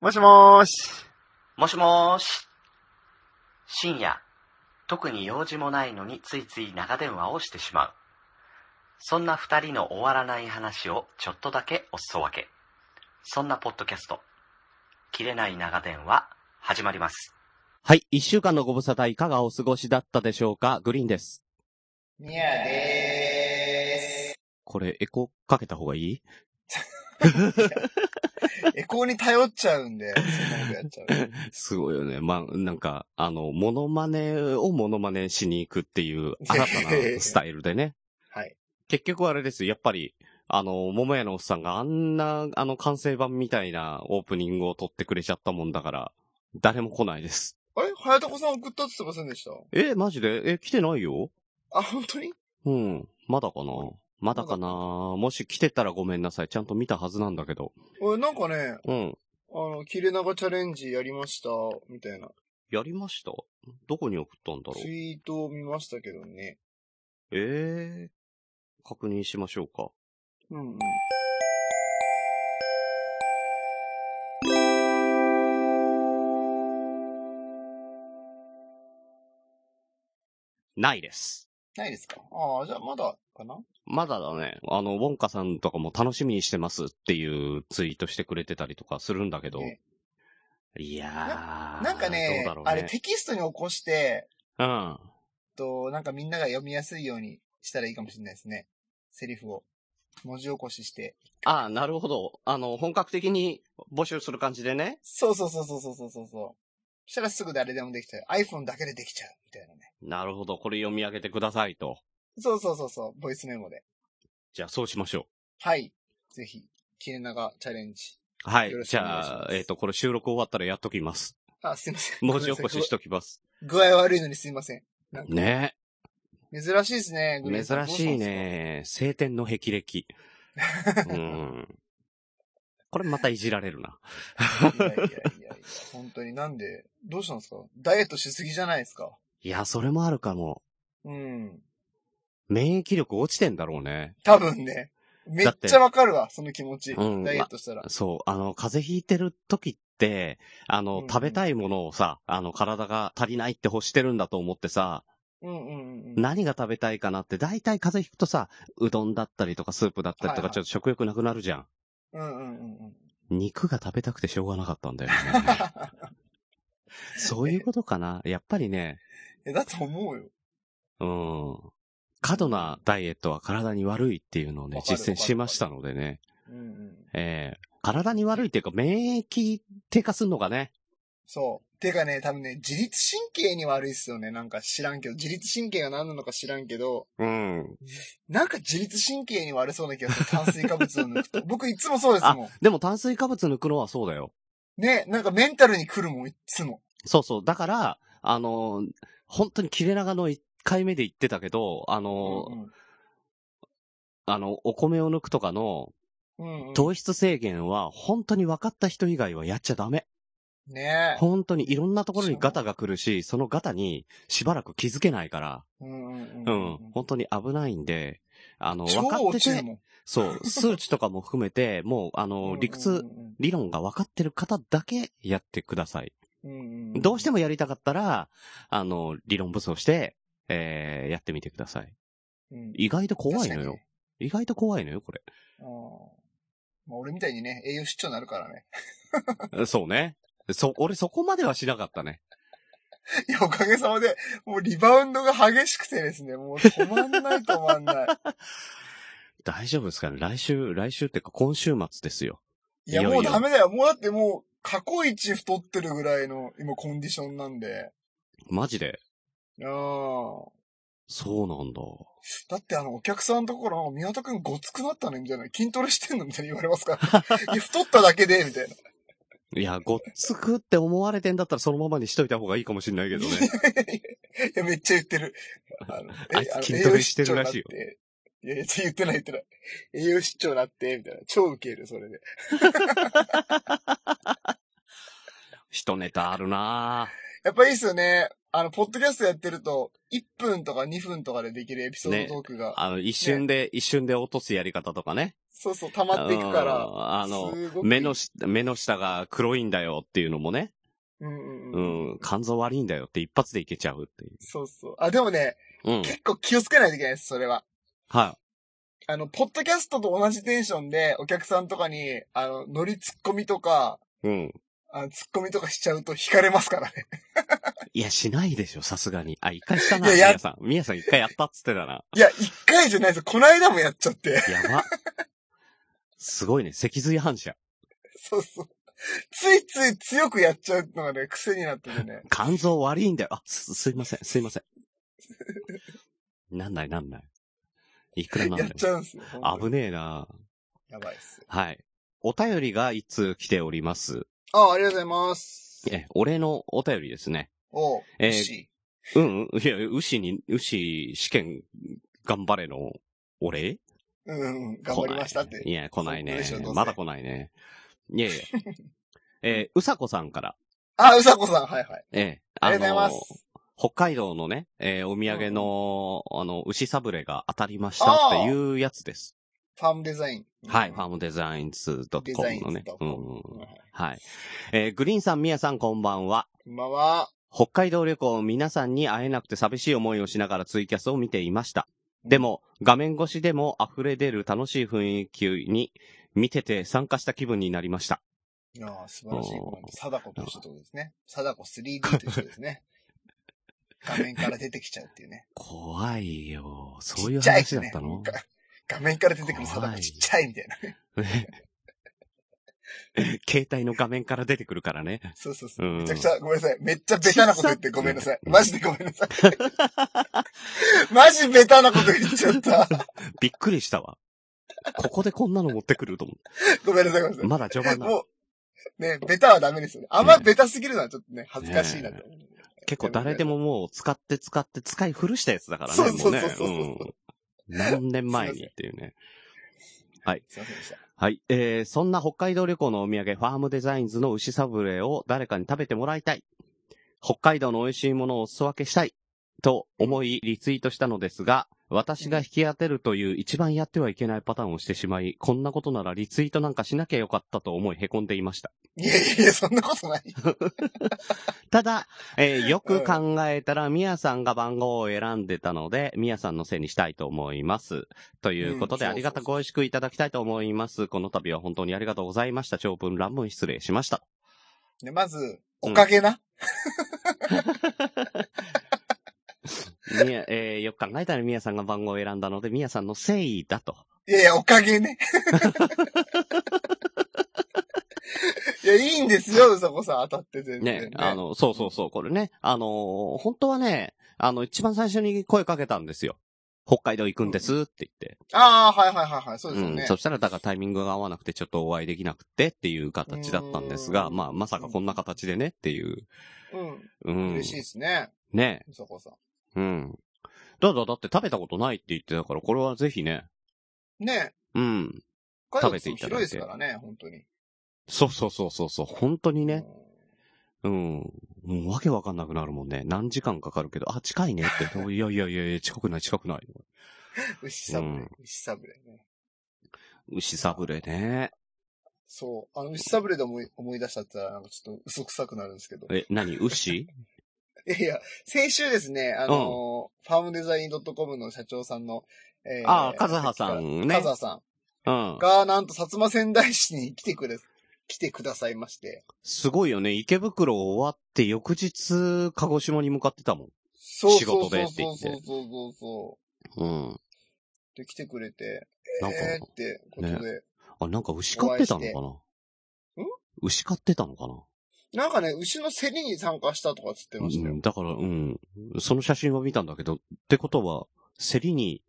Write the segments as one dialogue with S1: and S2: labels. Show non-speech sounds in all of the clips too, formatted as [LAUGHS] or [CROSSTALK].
S1: もしもーし。
S2: もしもーし。深夜、特に用事もないのについつい長電話をしてしまう。そんな二人の終わらない話をちょっとだけおすそ分け。そんなポッドキャスト、切れない長電話、始まります。
S3: はい。一週間のご無沙汰いかがお過ごしだったでしょうかグリーンです。
S4: ミ
S3: [LAUGHS]
S4: ヤで
S3: これ、エコかけた方がいい [LAUGHS]
S4: ーす。エコーに頼っちゃうんで、そんなことや
S3: [LAUGHS]
S4: っちゃう。
S3: すごいよね。まあ、なんか、あの、モノマネをモノマネしに行くっていう新たなスタイルで [LAUGHS] ね。
S4: はい。
S3: 結局あれですよ。やっぱり、あの、桃屋のおっさんがあんな、あの、完成版みたいなオープニングを撮ってくれちゃったもんだから、誰も来ないです。
S4: あれ早田子さん送ったって言ってませんでした
S3: え、マジでえ、来てないよ
S4: あ、本当に
S3: うん。まだかなまだかなもし来てたらごめんなさい。ちゃんと見たはずなんだけど。
S4: 俺なんかね、
S3: うん。
S4: あの、切れ長チャレンジやりました、みたいな
S3: やりましたどこに送ったんだろう
S4: ツイートを見ましたけどね。
S3: ええ確認しましょうか。
S4: うんうん。
S3: ないです。
S4: ないですかああ、じゃあまだかな
S3: まだだね。あの、ウォンカさんとかも楽しみにしてますっていうツイートしてくれてたりとかするんだけど。
S4: ね
S3: いやー。
S4: なんか
S3: ど
S4: ね
S3: うだろうね。
S4: あれテキストに起こして、
S3: うん。
S4: と、なんかみんなが読みやすいようにしたらいいかもしれないですね。セリフを。文字起こしして。
S3: あなるほど。あの、本格的に募集する感じでね。
S4: そうそうそうそうそうそうそう。そしたらすぐ誰でもできちゃう。iPhone だけでできちゃう。みたいなね。
S3: なるほど。これ読み上げてくださいと。
S4: そうそうそうそう。ボイスメモで。
S3: じゃあ、そうしましょ
S4: はい。ぜひ、切れ長チャレンジ。
S3: う。はい
S4: よ。ろし
S3: じ
S4: くお願いします
S3: ゃあ、えっ、と、これ収録終わったらやっときます。
S4: あ、すいません。
S3: [LAUGHS] 文字起こしし
S4: と。
S3: ときます。
S4: 具合悪いのにすいません。なんか
S3: ねえ。
S4: 珍しいですね。グリーンさん
S3: 珍しい。ね。晴天の霹
S4: [LAUGHS]
S3: 靂。うん。これまたいじられるな。
S4: どうしたんですかいやいやいやいや。本当になんで、どうしたんですかダイエットしすぎじゃないですか。
S3: いや、それもあるかも。
S4: うん。
S3: 免疫力落ちてんだろうね。
S4: 多分ね。めっ
S3: だっ
S4: ち
S3: て
S4: ゃわかるわ、その気持ち。
S3: うん
S4: ダイエットしたら。
S3: そう、あの、風邪ひいてる時って、あ
S4: う
S3: の
S4: んう、ん
S3: 食べたいものをさ、あの、体が足りないって欲してるんだと思ってさ、
S4: うんうんうんうん。
S3: 何が食べたいかなって、大体風邪ひくとさ、うどんだったりとかスープだったりと
S4: はい
S3: か、
S4: はい
S3: ちょっと食欲なくなるじゃん。
S4: うんうんうんうん。
S3: 肉が食べたくてしょうがなかったんだよ
S4: [LAUGHS]
S3: ね。 [LAUGHS] そういうことかな。やっぱりね、
S4: え、だと思うよ。
S3: うん。過度なダイエットは体に悪いっていうのをね
S4: わ、かる
S3: 実践しましたのでね。
S4: うんうん。
S3: ええ体に悪いっていうか、免疫低下するのがね。
S4: そう。てかね、多分ね、自律神経に悪いっすよね。なんか知らんけど、自律神経が何なのか知らんけど、
S3: うん。
S4: なんか自律神経に悪そうな気がする。炭水化物を抜く
S3: [LAUGHS]
S4: と。僕いつもそうですも
S3: でも炭水化物抜くのはそうだよ。
S4: ん。ね、なんかメンタルに来るもん、いつも。
S3: そうそう。だから、あのー本当に切れ長の1回目で言ってたけど、あのー
S4: うん
S3: あの、お米を抜くとかの
S4: うんうん
S3: 糖質制限は本当に分かった人以外はやっちゃダメ。
S4: ね
S3: 本当にいろんなところにガタが来るし、そのガタにしばらく気づけないから。
S4: うんうんうん
S3: う
S4: うんん。
S3: 本当に危ないんで、あの、
S4: 超
S3: 分かっ
S4: 落
S3: て
S4: ちる
S3: て、
S4: もん。
S3: そう、数値とかも含めて、もう、あ
S4: うんうんう
S3: の、
S4: ん
S3: 理屈、、理論が分かってる方だけやってください。どうして
S4: も。
S3: もやりたかったら、あの、理論武装して、えー、やってみてください。
S4: うん
S3: 意外と怖いのよ。。意外と怖いのよ、こ
S4: 確かにねあーまあ、俺みたいにね、栄養失調になるからね。 [LAUGHS]
S3: れ。 [LAUGHS] そうね。そ、俺そこまではしなかったね。
S4: いや、おかげさまで、もうリバウンドが激しくてですね、もう止まんない止まんない。
S3: 大丈夫ですかね来週、来週っていうか今週末ですよ。
S4: いや、
S3: いよい
S4: も
S3: よ
S4: うダメだよ。もうだってもう、過去一太ってるぐらいの、今、コンディションなんで。
S3: マジで。
S4: ああ。
S3: そうなんだ。
S4: だって、あの、お客さんのところ、宮田くんごつくなったね、みたいな。筋トレしてんのみたいに言われま
S3: [LAUGHS]
S4: すから。いや、太っただけで、みたいな。
S3: いや、ごっつくって思われてんだったらそのままにしといた方がいいかもしんないけどね。
S4: いや、めっちゃ言ってる。あの
S3: あいつ筋トレしてるらしいよ。
S4: えあの栄養失調になっていや、いや言ってない言ってない。栄養失調になって、みたいな。超ウケる、それで。
S3: 一ネタあるなぁ。
S4: やっぱいいっすよね。あの、ポッドキャストやってると、 1分とか2分とかでできるエピソードトークが、
S3: あの、一瞬で、一瞬で落とすやり方とかね。
S4: そうそう、溜まっていくから、
S3: らあの、
S4: すごくいい
S3: 目のし、目の下が黒いんだよっていうのもね。
S4: うん
S3: う
S4: うん。
S3: ん、肝臓悪いんだよって一発でいけちゃうっていう。
S4: そうそう。あ、でもね、
S3: うん。
S4: 結構気をつけないといけないです、それは。
S3: は
S4: あの、ポッドキャストと同じテンションで、お客さんとかに、あの、乗りツッコミとか、
S3: い。うん。
S4: あのツッコミとかしちゃうと惹かれま
S3: [LAUGHS]
S4: すからね。
S3: いや、しないでしょ、さすがに。あ、一回したな、
S4: いや
S3: み
S4: や
S3: やさん。みやさん一回やったっつってたな。
S4: いや、一回じゃないです。この間もやっちゃって。 [LAUGHS]
S3: やば。すごいね、脊髄反射。
S4: そうそう。ついつい強くやっちゃうのがね、癖になっててね。
S3: 肝臓悪いんだよ。あ、す、すいません、すいません。なんないなんない。いくらなん
S4: やっ
S3: だ
S4: ち
S3: よ。
S4: ゃうんですよ。本当
S3: 危
S4: に
S3: ねえな
S4: やばいっす。
S3: はい。お便りが一通来ております。
S4: あ、ありがとうございます。
S3: え、俺のお便りですね。
S4: おう、
S3: えー
S4: 牛
S3: うん、うんいや、牛に、牛試験頑張れのお礼
S4: うんうん、頑張りましたっ
S3: 来
S4: て。
S3: ないいや、来ない
S4: そう
S3: ね
S4: でしょどう。せ
S3: まだ来ないね。いや
S4: [LAUGHS]
S3: いや。えーうさこさんから、
S4: あ、うさこさん、はいはい。
S3: ええ
S4: ありがとうございます。
S3: 北海道のね、えーお土産の、あの、牛サブレが当たりましたっていうやつです。
S4: ファームデザイン。
S3: はい。
S4: うん
S3: ファームデザインズ
S4: デザイ
S3: .com の
S4: ン
S3: ね
S4: と。
S3: う
S4: か
S3: ん
S4: も
S3: うん
S4: う
S3: うんん。はい。えーグリーンさん、ミヤさん、こんばんは。
S4: こんばんは。
S3: 北海道旅行、皆さんに会えなくて寂しい思いをしながらツイキャスを見ていました。でも、画面越しでも溢れ出る楽しい雰囲気に、見てて参加した気分になりました。
S4: いやー素晴らしいコメン
S3: お
S4: ト。貞子と一緒ってことですね。貞子 3D と一緒です [LAUGHS] ね。画面から出てきちゃうっていうね。
S3: 怖いよ。そういう
S4: ちっちゃい
S3: 話だったの
S4: ね、が画面から出てくる貞
S3: 怖
S4: 子
S3: い
S4: ちっちゃいみたいな。
S3: [LAUGHS] 携帯の画面から出てくるからね。
S4: そうそうそうう。
S3: ん
S4: めちゃくちゃ、ごめんなさい。めっちゃベタなこと言ってごめんなさい。マジでごめんなさい。 [LAUGHS] マジベタなこと言っちゃった。
S3: びっくりしたわ。ここでこんなの持ってくると思
S4: ごめんなさい、ごめん
S3: う。
S4: な
S3: まだ序
S4: さい。
S3: 盤なの。
S4: もう、ね、ベタはダメですよね。あんまベタすぎるのはちょっとね、恥ずかしいなと。
S3: 結構誰でももう使って使って使い古したやつだからね。
S4: そうそ
S3: も
S4: う
S3: ね
S4: そうそうそう
S3: うん何年前にっていうね。
S4: すいませんでした。
S3: はい。えー、そんな北海道旅行のお土産、ファームデザインズの牛サブレを誰かに食べてもらいたい。北海道の美味しいものをお裾分けしたい。と思い、リツイートしたのですが、私が引き当てるという一番やってはいけないパターンをしてしまい、こんなことならリツイートなんかしなきゃよかったと思い凹んでいました。
S4: いやいやいや、そんなことない。
S3: ただ、えーよく考えたら、ミヤさんが番号を選んでたので、ミヤさんのせいにしたいと思います。ということで、
S4: うんそうそうそう
S3: ありがたく美味しくいただきたいと思います。この度は本当にありがとうございました。長文乱文失礼しました。
S4: でまず、おかげな。
S3: ミヤ、えーよく考えたらミヤさんが番号を選んだので、ミヤさんの誠意だと。
S4: いやいや、おかげ
S3: [LAUGHS]
S4: ね。いや、いいんですよ、うさこさん当たって全然、ね。
S3: ね、あの、そうそうそう、これね、あのー本当はね、あの、一番最初に声かけたんですよ。北海道行くんですって言って。
S4: ああ、はいはいはいはい、そうですよ
S3: うん。
S4: ね。
S3: そしたら、だからタイミングが合わなくて、ちょっとお会いできなくてっていう形だったんですが、
S4: うん
S3: まあ、まさかこんな形でねっていう。
S4: うん。
S3: うん。
S4: 嬉しいですね、
S3: ね
S4: うさこさん。
S3: え。うん。だだ、だって食べたことないって言ってたから、これはぜひね。
S4: ね
S3: うん。
S4: 北
S3: 食
S4: 海
S3: べ
S4: 道
S3: ていただいて
S4: 広いですからね、本当に。
S3: そうそうそうそうそう。本当にね。
S4: うん。
S3: うん。もうわけわかんなくなるもんね。何時間かかるけど、あ、近いね
S4: [LAUGHS]
S3: って。いやいやいやいや、近くない近くない。
S4: 牛サブレ、
S3: うん
S4: 牛サブレね。
S3: 牛サブレね。
S4: そう。あの、牛サブレで思い思い出しちゃったら、なんかちょっと嘘くさくなるんですけど。い
S3: え、
S4: [LAUGHS]
S3: 何牛
S4: やいや、先週ですね、あのーファームデザイン .com の社長さんの、え
S3: あーカズハさんね
S4: カズハさん。
S3: うん。
S4: が、なんと、薩摩仙台市に来てくれ、来てくださいまして。
S3: すごいよね。池袋終わって翌日、鹿児島に向かってたもん。
S4: そう
S3: 仕
S4: そう
S3: 事
S4: そ
S3: で
S4: う
S3: って言
S4: そう
S3: って
S4: そうそうそ
S3: うん。
S4: う。で、来てくれて、
S3: なんか、
S4: えーってことで、
S3: あ、なんか牛飼ってたのか
S4: ん
S3: な牛飼ってたのかな
S4: なんかね、牛の競りに参加したとかつってました
S3: う
S4: よ
S3: ん。だから、うん。その写真は見たんだけど、ってことは、競りに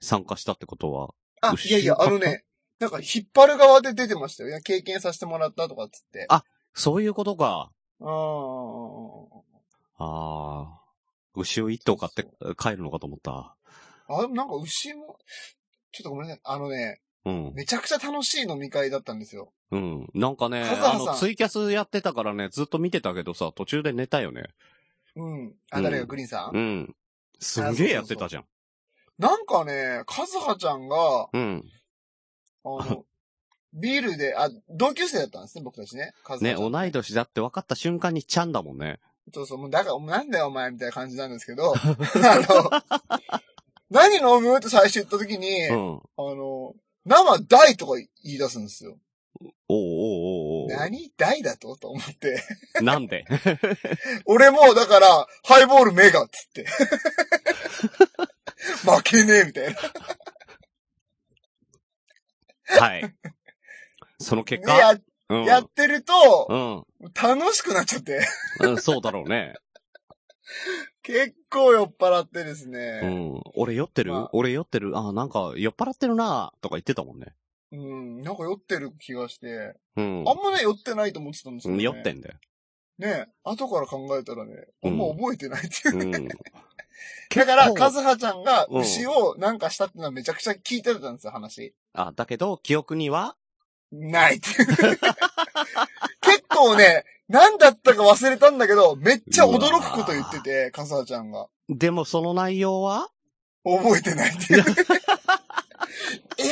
S3: 参加したってことは、
S4: あ、い
S3: 牛
S4: やいや、あのね、なんか引っ張る側で出てましたよ。いや、経験させてもらったとかつって。
S3: あそういうことか。
S4: あー
S3: ああ。牛を一頭買って
S4: そ
S3: 帰るのかと思った。
S4: あ、でもなんか牛も、ちょっとごめんなさい。あのね、
S3: うん。
S4: めちゃくちゃ楽しい飲み会だったんですよ。
S3: うん。なんかね、
S4: カズハ
S3: あ
S4: さん
S3: の、ツイキャスやってたからね、ずっと見てたけどさ、途中で寝たよね。
S4: うん。あ、誰が
S3: うん
S4: グリーンさん、
S3: うん。すんげえやってたじゃん。
S4: なんかね、カズハちゃんが、
S3: うん。
S4: あ
S3: [LAUGHS]
S4: の、ビールで、あ、同級生だったんですね、僕たちね。カズハ
S3: ね、
S4: ちゃん
S3: 同い年だって分かった瞬間にちゃんだもんね。
S4: そうそう、もうだから、もうなんだよお前みたいな感じなんですけど、あ [LAUGHS] の、何飲むって最初言った時に、
S3: う
S4: あ
S3: ん。
S4: の、生大とか言い出すんですよ。
S3: おうおうおうおう
S4: 何 [LAUGHS] 大だとと思って。 [LAUGHS]
S3: なんで
S4: 俺も、だから、ハイボールメガっつって。
S3: [LAUGHS]
S4: 負けねえみたいな。
S3: はい。その結
S4: でや
S3: 果、うん。
S4: やってると
S3: う、ん。
S4: 楽しくなっちゃって。
S3: うん、そうだろうね。
S4: 結構酔っ払ってです
S3: う
S4: [LAUGHS] ね。
S3: ん。俺酔ってる、
S4: まあ
S3: 俺酔ってるあ、なんか酔っ払ってるなとか言ってたもんね。
S4: うん、なんか酔ってる気がして。
S3: うん
S4: あんまね、酔ってないと思ってたんですよ、
S3: うん。
S4: ね。
S3: 酔ってんだよ。
S4: ね後から考えたらね、あんま覚えてないっていう。
S3: うん。
S4: [LAUGHS] だから、
S3: 結構
S4: カズハちゃんが
S3: うん
S4: 牛をなんかしたってのはめちゃくちゃ聞いてたんですよ、話。
S3: あ、だけど、記憶には、
S4: ないっていう。 [LAUGHS] 結構ね、何だったか忘れたんだけど、めっちゃ驚くこと言ってて、カズハちゃんが。
S3: でもその内容は、
S4: 覚えてないっていう。 [LAUGHS] え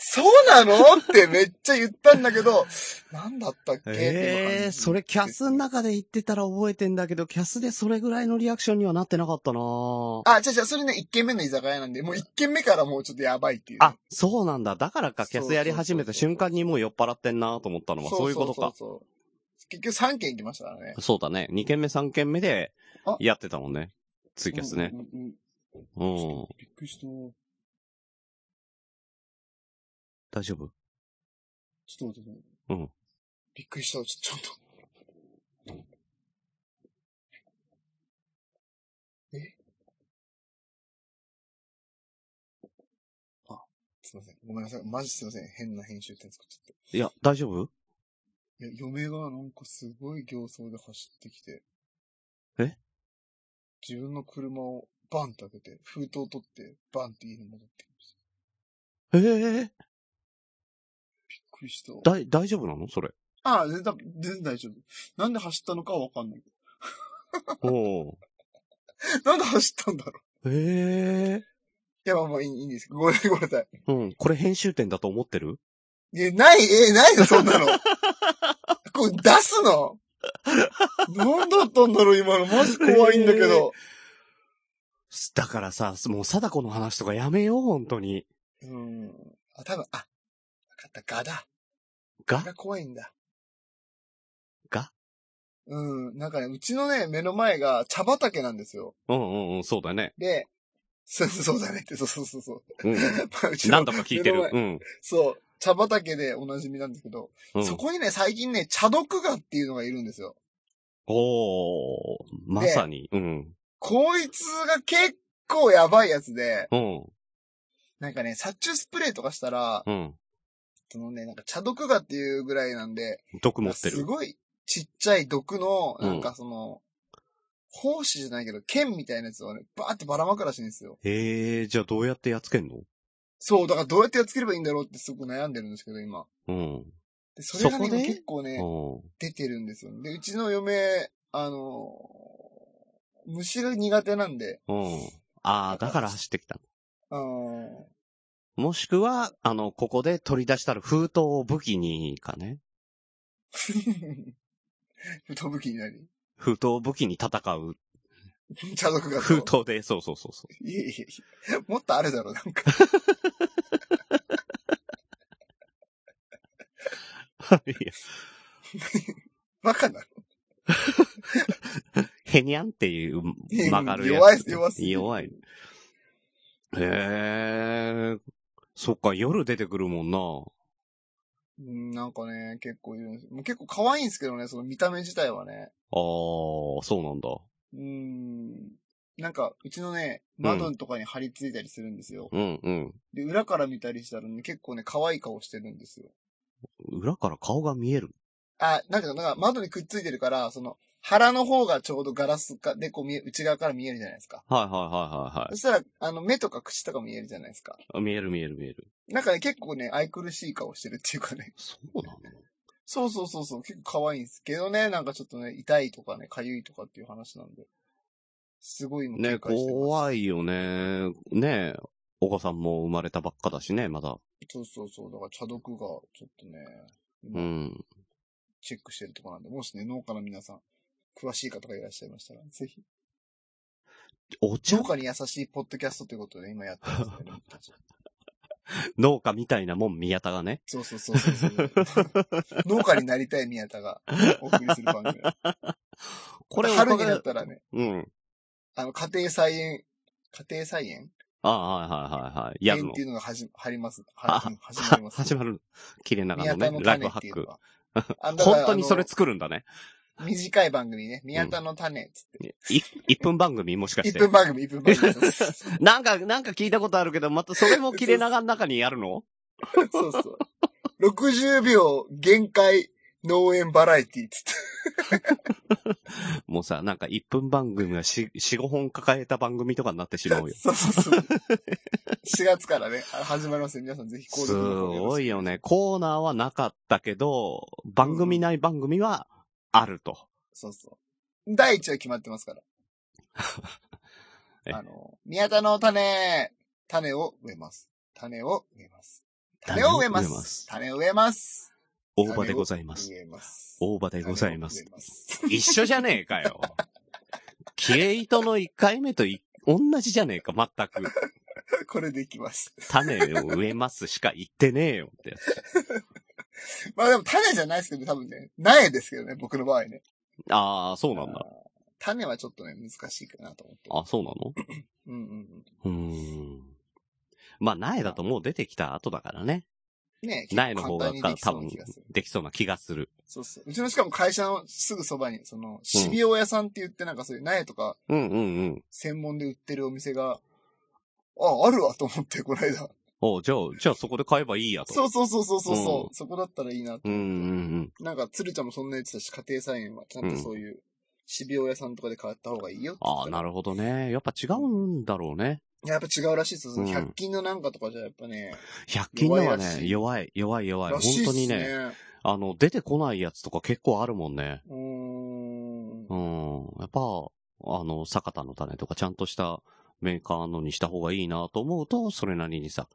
S4: そうなのってめっちゃ言ったんだけど、何だったっけ
S3: ええー、それキャスの。中で言ってたら覚えてんだけど、キャスでそれぐらいのリアクションにはなってなかったなぁ
S4: あ、違う違う、それね、一軒目の居酒屋なんで、もう一軒目からもうちょっとやばいっていう。
S3: あ、そうなんだ。だからか、キ
S4: そ
S3: ャ
S4: うそうそうそう
S3: スやり始めた瞬間にもう酔っ払ってんなと思ったのは、そういうことか。
S4: そうそうそう結局三軒行きましたからね。
S3: そうだね。2軒目、3軒目で
S4: あ、
S3: やってたもんね。ツイキャスね
S4: う。んうんうん
S3: う
S4: ち
S3: ん
S4: ょっ。とびっくりした。ちょ
S3: 大丈夫
S4: っと待ってね。
S3: うん。
S4: びっくりした。ちょ、ちょっと。えあ、すいません。ごめんなさい。マジすいません。変な編集点作っちゃっ
S3: いや、大丈夫
S4: て。いや、嫁がなんかすごい形相で走ってきて。
S3: え
S4: 自分の車をバンって開けて、封筒を取って、バンって家に戻ってきました。
S3: ええ
S4: びっくりした。
S3: だい、大丈夫なのそ
S4: [LAUGHS]
S3: れ。
S4: ああ、全然、全然大丈夫。なんで走ったのかはわかんないけ [LAUGHS]
S3: おー
S4: ど。なんで走ったんだろう。
S3: ええ
S4: いや、まあまあいいいいんですけど。ごめんごめんなさい。
S3: うん。これ編集点だと思ってる
S4: いや、ない、え、ないの、そんなの。 [LAUGHS] これ出すのなんだったんだろう、今の。マジ怖いんだけど。
S3: だからさ、もう、貞子の話とかやめよう、本当に。
S4: うん。あ、多分、あ、わかった、ガだ。
S3: が
S4: ガが怖いんだ。
S3: ガ
S4: うん。なんかね、うちのね、目の前が茶畑なんですよ。
S3: うんうんうん、そうだね。
S4: で、そうそうだねって、そうそうそうそう。 [LAUGHS]
S3: うん。
S4: まあうちの
S3: 何度か聞いてる。うん。
S4: そう、茶畑でおなじみなんですけど、
S3: うん、
S4: そこにね、最近ね、茶毒ガっていうのがいるんですよ。
S3: おー、まさに。うん。
S4: こいつが結構やばいやつで、
S3: うん。
S4: なんかね、殺虫スプレーとかしたら、
S3: うん。
S4: そのね、なんか茶毒ガっていうぐらいなんで、
S3: 毒持って
S4: す
S3: る。
S4: ごいちっちゃい毒の、
S3: うん
S4: なんかその、胞子じゃないけど、剣みたいなやつをね、バーってばらまくらしいんですよ。
S3: ええー、じゃあどうやってやっつけんの
S4: そう、だからどうやってやっつければいいんだろうってすごく悩んでるんですけど、今。
S3: うん。
S4: で、それがね、
S3: そこで
S4: 今結構ね、
S3: うん
S4: 出てるんですよ。で、うちの嫁、あのー虫が苦手なんで、
S3: うん。ああ、だから走ってきた
S4: あの
S3: の。もしくは、あの、ここで取り出したら封筒を武器にかね。
S4: ー [LAUGHS] 太武器になり、
S3: 封筒を武器に戦う。
S4: 茶族が。
S3: 封筒で、そうそうそうそ
S4: いえいえいえ、もっとあるだろう、なんか。 [LAUGHS] [LAUGHS]
S3: う。いや
S4: バカな。
S3: へにゃんっていう曲がるやつ。
S4: 弱い弱すぎる
S3: 弱い。へえ、そっか、夜出てくるもんな。
S4: うん、なんかね、結構いるんです。もう結構可愛いんですけどね、その見た目自体はね。
S3: ああ、そうなんだ。
S4: うん。なんか、うちのね、
S3: ん
S4: 窓のとかに張り付いたりするんですよ。
S3: うんうん。
S4: で、裏から見たりしたらね、結構ね、可愛い顔してるんですよ。
S3: 裏から顔が見える。
S4: あ、なんか、なんか窓にくっついてるから、その、腹の方がちょうどガラスかでこう見え、内側から見えるじゃないですか。
S3: はいはいはいはい、はい
S4: そ。したら、あの、目とか口とか見えるじゃないですか。
S3: あ見える見える見える。
S4: なんかね、結構ね、愛くるしい顔してるっていうかね。 [LAUGHS]
S3: そうなの
S4: そうそうそうそう、結構可愛いんですけどね、なんかちょっとね、痛いとかね、痒いとかっていう話なんで。すごいの
S3: ね、
S4: 警戒してます。
S3: 怖いよね。ねお子さんも生まれたばっかだしね、まだ。
S4: そうそうそう。だから茶毒が、ちょっとね、
S3: う
S4: 今
S3: ん。
S4: チェックしてるとこなんで、もしね、農家の皆さん、詳しい方がいらっしゃいましたら、ぜひ、
S3: お茶
S4: 農家に優しいポッドキャストということで今やって
S3: [LAUGHS]
S4: ますね、僕たち
S3: 農家みたいなもん、宮田がね。
S4: そうそうそうそうそう。
S3: [LAUGHS]
S4: 農家になりたい宮田がお送りする番組。
S3: これ
S4: 春
S3: お
S4: に
S3: か
S4: な
S3: げ
S4: ったらね、
S3: うん。
S4: あの、家庭菜園、家庭菜園
S3: ああ、はいはいはいはい。やる
S4: 園
S3: の
S4: ってい。うのが始まります。は
S3: あ
S4: うん始まりま
S3: [LAUGHS]
S4: す。
S3: 始まる。切れ長
S4: 宮田
S3: の
S4: の
S3: ね、ライブ
S4: 種っ
S3: ハ
S4: てい
S3: ッ
S4: うの
S3: ク。
S4: が。あだから
S3: 本当にそれ
S4: あ
S3: 作るんだね。
S4: の短い番組ね。宮田の種っつって。
S3: い、1分番組もしかし
S4: 1
S3: て。
S4: 分番組、1分番組。
S3: [LAUGHS]
S4: そうそう
S3: なんか、なんか聞いたことあるけど、またそれも切れ長の中にやるの
S4: [LAUGHS] そうそう。60秒限界農園バラエティっつって。 [LAUGHS]
S3: もうさ、なんか1分番組が4、4、5本抱えた番組とかになってしまうよ。
S4: そうそうそう。4月からね、あ始まりますよ。皆さんぜひ購
S3: す
S4: 読の方よろしく
S3: ごいよね。コーナーはなかったけど、番組ない番組はあると。
S4: そうそう。第一は決まってますか
S3: [LAUGHS] え
S4: ら。あの、宮田の種、種を植えます。種を植えます。種を植えま
S3: 種を植えますす。
S4: 種を植えます。
S3: 大場でございます。
S4: 植えます。
S3: 大場でございま
S4: 種
S3: す
S4: を植。えます。 [LAUGHS]
S3: 一緒じゃねえかよ。キエイトの1回目とい同じじゃねえか、全く。
S4: これできます。
S3: 種を植えますしか言ってねえよってやつ。
S4: まあでも種じゃないですけど、多分ね、苗ですけどね、僕の場合ね。
S3: ああ、そうなんだ。
S4: 種はちょっとね、難しいかなと思って。
S3: あそうなの
S4: うんうん
S3: うーん。まあ、苗だともう出てきた後だからね。
S4: うん。ね結構
S3: 苗の方が
S4: 簡単にでき
S3: 多
S4: そ
S3: 分
S4: うな気がする。
S3: できそうな気がする。
S4: そうそう。うちのしかも会社のすぐそばに、その、シビオ屋さんって言ってなんかそういう苗とか、
S3: うんうんうん。
S4: 専門で売ってるお店が、あ、あるわと思って、この間。
S3: おうじゃあ、じゃあそこで買えばいいやと。
S4: そうそうそうそうそうそ
S3: う
S4: う、
S3: ん
S4: そこだったらいいな。
S3: うんうん
S4: なんか、鶴ちゃんもそんなやつだし、家庭菜園は、ちゃんとそういう、シビオ屋さんとかで買った方がいいよって言っ
S3: あ
S4: た
S3: あ、
S4: ら
S3: なるほどね。やっぱ違うんだろうね。
S4: いややっぱ違うらしいですよ。その
S3: うん
S4: 100均のなんかとかじゃ、やっぱね、
S3: 100均のは
S4: 弱いらし
S3: ね、
S4: い
S3: 弱い、弱い弱い。
S4: らし
S3: 本
S4: いっ
S3: 当
S4: す
S3: に
S4: ね。
S3: ね、あの、出てこないやつとか結構あるもんね。
S4: うーん
S3: う。ん。やっぱ、あの、坂田の種とかちゃんとしたメーカーのにした方がいいなと思うと、それなりにさ。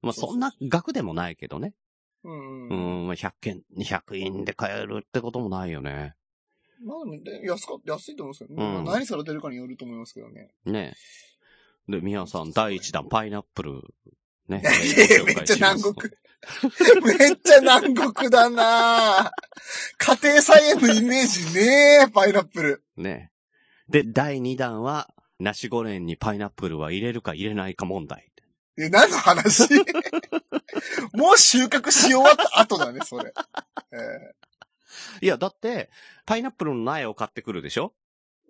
S3: まあ、
S4: そうそう
S3: そんな額でもないけどね。
S4: うん
S3: う
S4: うん。
S3: ん、まあ100件、200円で買えるってこともないよね。
S4: まあね、で安か、安いと思うんですけど、ね
S3: うん
S4: まあ何されてるかによると思いますけどね。
S3: ねえ。で、皆さん、第1弾、パイナップル、ね。
S4: [LAUGHS] めっちゃ南国。 [LAUGHS] めっちゃ南国だなぁ家庭菜園のイメージねえ、パイナップル。
S3: ねえ。で、第2弾は、ナシゴレンにパイナップルは入れるか入れないか問題。
S4: え、何の話 [LAUGHS] もう収穫し終わった後だね、それ。え
S3: いや、だって、パイナップルの苗を買ってくるでしょ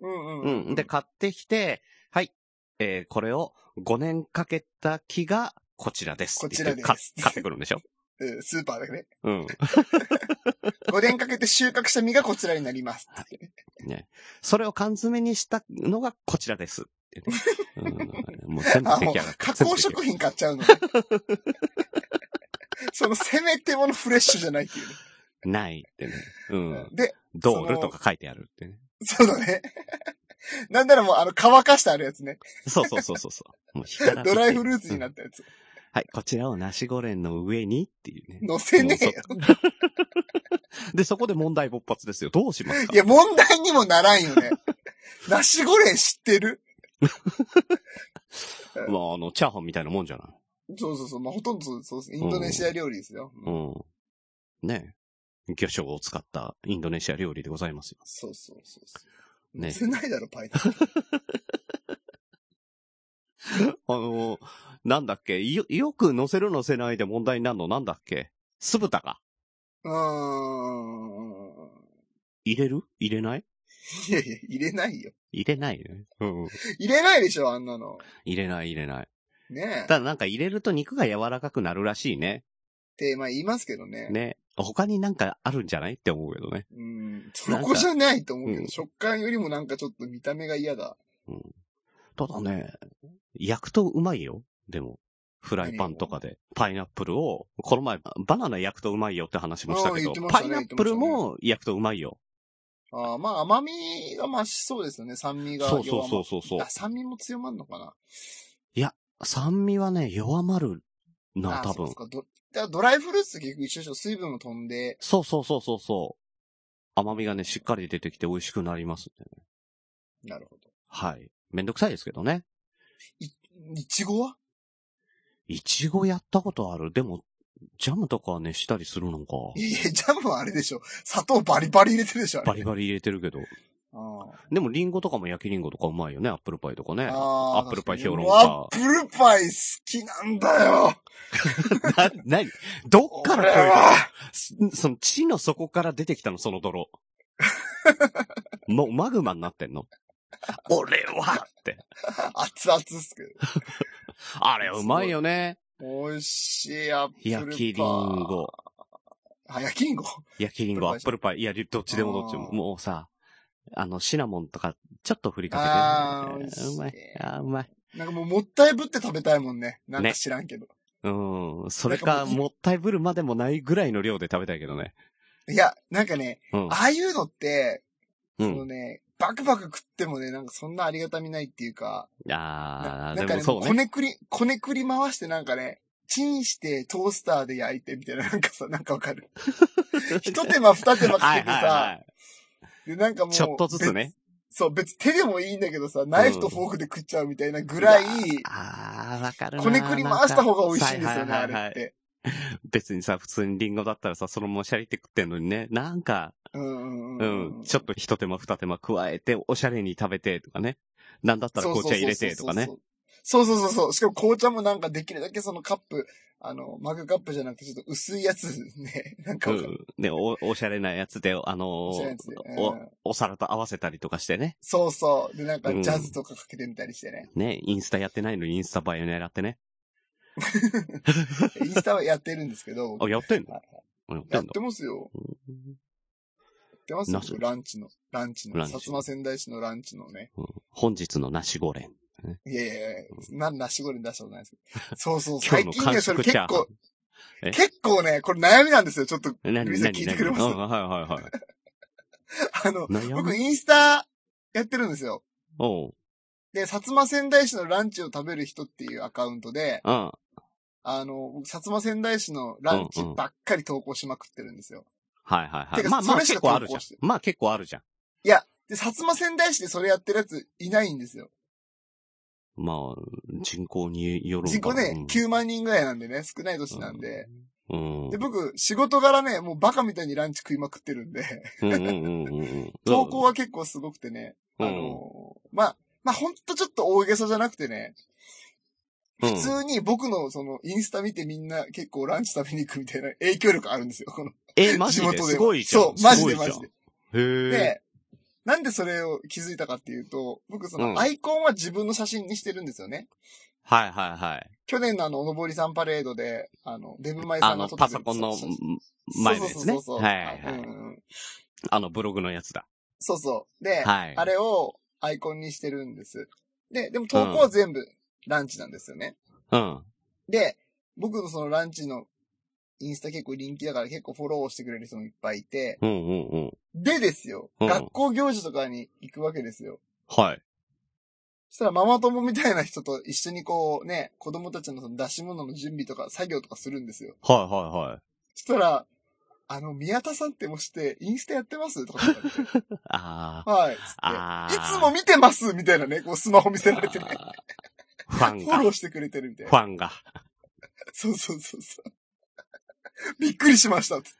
S4: ーうん
S3: う
S4: うん。
S3: ん。で、買ってきて、はい。えーこれを5年かけた木が、こちらです。
S4: こちらです
S3: か買ってくるんでしょ
S4: えースーパーだけね。
S3: うん。
S4: 5年かけて収穫した実がこちらになります。
S3: それを缶詰にしたのがこちらですってね。うん、もう全部
S4: あ、
S3: 出
S4: も
S3: 来上
S4: う
S3: がっ、た。
S4: 加工食品買っちゃうのね。
S3: [LAUGHS]
S4: その、せめてものフレッシュじゃないっていうね、
S3: ないってね。うん。
S4: で、
S3: ドールとか書いてあるってね。
S4: そうだね。なんならもう、あの、乾かしてあるやつね。
S3: そうそうそうそうそう。もう干からびて
S4: ドライフルーツにな
S3: うん
S4: ったやつ。
S3: はい、こちらをナシゴレンの上にっていうね。
S4: 乗せねえよ。
S3: [LAUGHS] で、そこで問題勃発ですよ。どうしますか
S4: いや、問題にもならんよ
S3: [LAUGHS]
S4: ね。ナシゴレン知ってる
S3: まあ、あの、チャーハンみたいなもんじゃない。
S4: そうそうそう。まあ、ほとんどそうそうです。インドネシア料理ですよ。う
S3: うんん。ねえ魚醤を使ったインドネシア料理でございますよ。
S4: そうそうそうそう。
S3: ね
S4: 乗せないだろ、パイナップル。
S3: あのーなんだっけよ、よく乗せる乗せないで問題になるのなんだっけ酢豚が
S4: うーん。
S3: 入れる入れない
S4: いやいや、入れないよ。
S3: 入れないね。うん。
S4: 入れないでしょ、あんなの。
S3: 入れない入れない。
S4: ねえ。
S3: ただなんか入れると肉が柔らかくなるらしいね。
S4: って、まあ言いますけどね。
S3: ね。他になんかあるんじゃないって思うけどね。
S4: うん。そこじゃないと思うけど、
S3: うん
S4: 食感よりもなんかちょっと見た目が嫌だ。
S3: ただね、焼くとうまいよ。でも。フライパンとかで。パイナップルを、この前、バナナ焼くとうまいよって話もした
S4: ああ
S3: け
S4: 言
S3: ど、
S4: ってまし
S3: パ
S4: た
S3: イ
S4: ね
S3: ナップルも焼くとうまいよ。
S4: あーまあ、甘みが増しそうですよね。酸味が弱
S3: そ
S4: ま
S3: うそうそうそうそう
S4: あ、。酸味も強まるのかな
S3: 酸味はね、弱まるな、
S4: あー
S3: 多
S4: そ
S3: 分
S4: うです。かどだからドライフルーツと結局一緒でしょ。水分も飛んで。
S3: そうそうそうそうそう。甘みがね、しっかり出てきて美味しくなりますね。
S4: なるほど。
S3: はい。めんどくさいですけどね。
S4: い、いちごはい
S3: ちごやったことある。でも、ジャムとかはね、したりするのか。
S4: いやいや、ジャムはあれでしょ。砂糖バリバリ入れてるでしょ、あれ。
S3: バリバリ入れてるけど。
S4: あー
S3: でも、リンゴとかも焼きリンゴとかうまいよね。アップルパイとかね。
S4: あー
S3: アップルパイ評論
S4: もうアッ
S3: 家。
S4: プルパイ好きなんだよ。
S3: [LAUGHS] な、なにどっから
S4: 俺
S3: こういう
S4: は
S3: すその地の底から出てきたの、その
S4: [LAUGHS]
S3: 泥。もうマグマになってんの俺はって。
S4: 熱々っすけ
S3: あれうまいよね。
S4: ど。美味しいアップルパイ。
S3: 焼きりん。ご。
S4: あ、焼きりんご。
S3: 焼きりんご、
S4: ア
S3: ア
S4: ッ
S3: ップルパイ。いや、どっちでもどっちも。
S4: あー
S3: もうさ、あの、シナモンとか、ちょっと振り
S4: あ
S3: か
S4: ー美
S3: け
S4: 味
S3: て
S4: し
S3: ね。
S4: いう
S3: まい。あーうまい。
S4: なんかもうもったいぶって食べたいもんね。なんか
S3: ね
S4: 知らんけど。
S3: うん。それ
S4: なん
S3: か、
S4: かもう
S3: もったいぶるまでもないぐらいの量で食べたいけどね。
S4: いや、なんかね、
S3: うん。
S4: ああいうのって、
S3: う
S4: その
S3: ん。
S4: ね、バクバク食ってもね、なんかそんなありがたみないっていうか、
S3: あ
S4: なな
S3: ー、
S4: ん
S3: で
S4: か
S3: も
S4: ね、
S3: そう
S4: こ
S3: ね。
S4: ねくり、こねくり回してなんかね、チンしてトースターで焼いてみたいな、 [LAUGHS] なんかさ、なんかわ
S3: [LAUGHS]
S4: かる。一手間二手間か
S3: は
S4: け
S3: い
S4: て
S3: はい
S4: さ、
S3: は
S4: で、なんかも
S3: い。
S4: う、
S3: ちょっとずつね。
S4: 別。そう、別に手でもいいんだけどさ、ナイフとフォークで食っちゃうみたいなぐらい、
S3: あー、わかるなー
S4: こねくり回した方が美味しいんですよね、
S3: なんか
S4: あ
S3: はいはいはいはい
S4: れって。
S3: 別にさ、普通にリンゴだったらさ、そのままシャリって食ってんのにね、なんか、
S4: うんうん
S3: う
S4: うん。
S3: ん、ちょっと一手間二手間加えて、おしゃれに食べてとかね。なんだったら紅茶入れてとかね。。
S4: そうそうそうそう。しかも紅茶もなんかできるだけそのカップ、あの、マグカップじゃなくてちょっと薄いやつね。 [LAUGHS] なんか
S3: う
S4: わかる、
S3: ん。ね、お、おしゃれなやつで、あの
S4: おしゃれな
S3: ー
S4: やつでう
S3: お
S4: ん、
S3: お皿と合わせたりとかしてね。
S4: そうそう。で、なんか
S3: うん
S4: ジャズとかかけてみたりしてね。
S3: ね、インスタやってないのにインスタ映え狙ってね。
S4: インスタはやってるんですけ
S3: [LAUGHS]
S4: ど、
S3: あ、やってんの
S4: はい
S3: あやって
S4: や
S3: ん
S4: っ
S3: だ
S4: て。ますよ。やってます
S3: な
S4: よ
S3: す。
S4: ランチの。ランチの。
S3: ランチ
S4: 薩摩仙台市のランチのね。
S3: うん本日のナシゴレン。
S4: いやいやいや、なんなしごり出したことないです
S3: [LAUGHS]
S4: けど。そうそう。
S3: 今日
S4: 最
S3: の
S4: 近
S3: 完
S4: ね、それ
S3: 食チ
S4: 結
S3: ャーハ
S4: 構、結構ね、これ悩みなんですよ。ちょっと、
S3: ン。何何
S4: 皆さん
S3: 何
S4: 聞いてくれます
S3: うんはいはい
S4: [LAUGHS]
S3: はい。
S4: あの、
S3: 悩
S4: 僕
S3: む
S4: インスタやってるんですよ。
S3: おう。
S4: で、薩摩仙台市のランチを食べる人っていうアカウントで、
S3: うん。
S4: あの、僕薩摩仙台市のランチばっかり投稿しまくってるんですよ。
S3: はいはいは
S4: て
S3: い。
S4: か
S3: まあまあ
S4: それし
S3: 結
S4: か
S3: 構あるじゃ
S4: 投
S3: ん
S4: 稿して。
S3: まあ結構あるじゃん。
S4: で、薩摩仙台市でそれやってるやついないんですよ。
S3: まあ、人口によるん
S4: 人口ね、
S3: 急
S4: 9万人ぐらいなんでね、少ない年なんで。。
S3: うん。
S4: で、僕、仕事柄ね、もうバカみたいにランチ食いまくってる
S3: [LAUGHS]
S4: んで、
S3: うんうんうんうんうん。
S4: 投稿は結構すごくてね、
S3: うん
S4: あの、まあ、まあ、ほんとちょっと大げさじゃなくてね、
S3: うん、
S4: 普通に僕のそのインスタ見てみんな結構ランチ食べに行くみたいな影響力あるんですよ、この
S3: え、マジ
S4: 地元
S3: で
S4: です
S3: ごいじゃん。
S4: そうマジです
S3: ごいじゃん
S4: マジ
S3: へえ。
S4: で、なんでそれを気づいたかっていうと、僕そ
S3: うん
S4: のアイコンは自分の写真にしてるんですよね。
S3: はいはいはい。
S4: 去年のあの、おのぼりさんパレードで、あの、デブマイさ
S3: あ
S4: ん
S3: の、
S4: が撮って
S3: パソコンの
S4: そう
S3: 前のやつね
S4: そう。そうそうそう
S3: はいはいは
S4: うん
S3: い。
S4: うん
S3: あのブログのやつだ。
S4: そうそう。で、
S3: はい。
S4: あれをアイコンにしてるんです。で、でも投稿は全部ランチなんですよね。
S3: うん。
S4: で、僕のそのランチのインスタ結構人気だから結構フォローしてくれる人もいっぱいいて、
S3: うんうんうん。
S4: でですよ、
S3: うん
S4: 学校行事とかに行くわけですよ。
S3: はい。
S4: そしたらママ友みたいな人と一緒にこうね、子供たちのその出し物の準備とか作業とかするんですよ。
S3: はいは
S4: そしたら、あの、宮田さんってもして、インスタやってますとか言われて
S3: いはい。あー。
S4: はい。
S3: あ
S4: つってい [LAUGHS]
S3: ー
S4: つも見てますみたいなね、こうスマホ見せられてね。
S3: ファン
S4: フ
S3: が、
S4: ォロー
S3: フ
S4: してくれてるみたいな。
S3: ァンが。
S4: そうそうそうそう。びっくりしましたっつ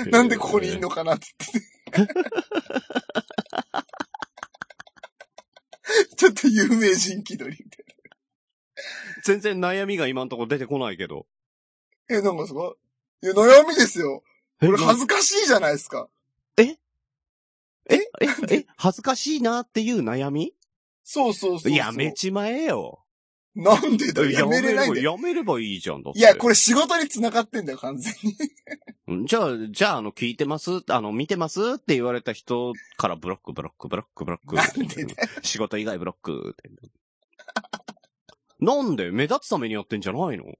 S4: って。なんでここにいんのかなっつって。 [LAUGHS] ちょっと有名人気取りみたい
S3: 全然悩みが今んとこ出てこないけど。
S4: な。え、なんかすごい。いや、悩みですよ。
S3: え
S4: これ恥ずかしいじゃないですか。
S3: えええ恥ずかしいなっていう悩み
S4: そうそうそうそう。
S3: やめちまえよ。
S4: なんでだよ。やめれないんだよ。
S3: やめればいいじゃん、だって
S4: いや、これ仕事に繋がってんだよ、完全に。
S3: じゃあ、じゃあ、あの、聞いてますあの、見てますって言われた人からブロック、ブロック、ブロック、ブロック。
S4: なんでだ
S3: 仕事以外ブロックって。なんで目立つためにやってんじゃないの
S4: 違う違う。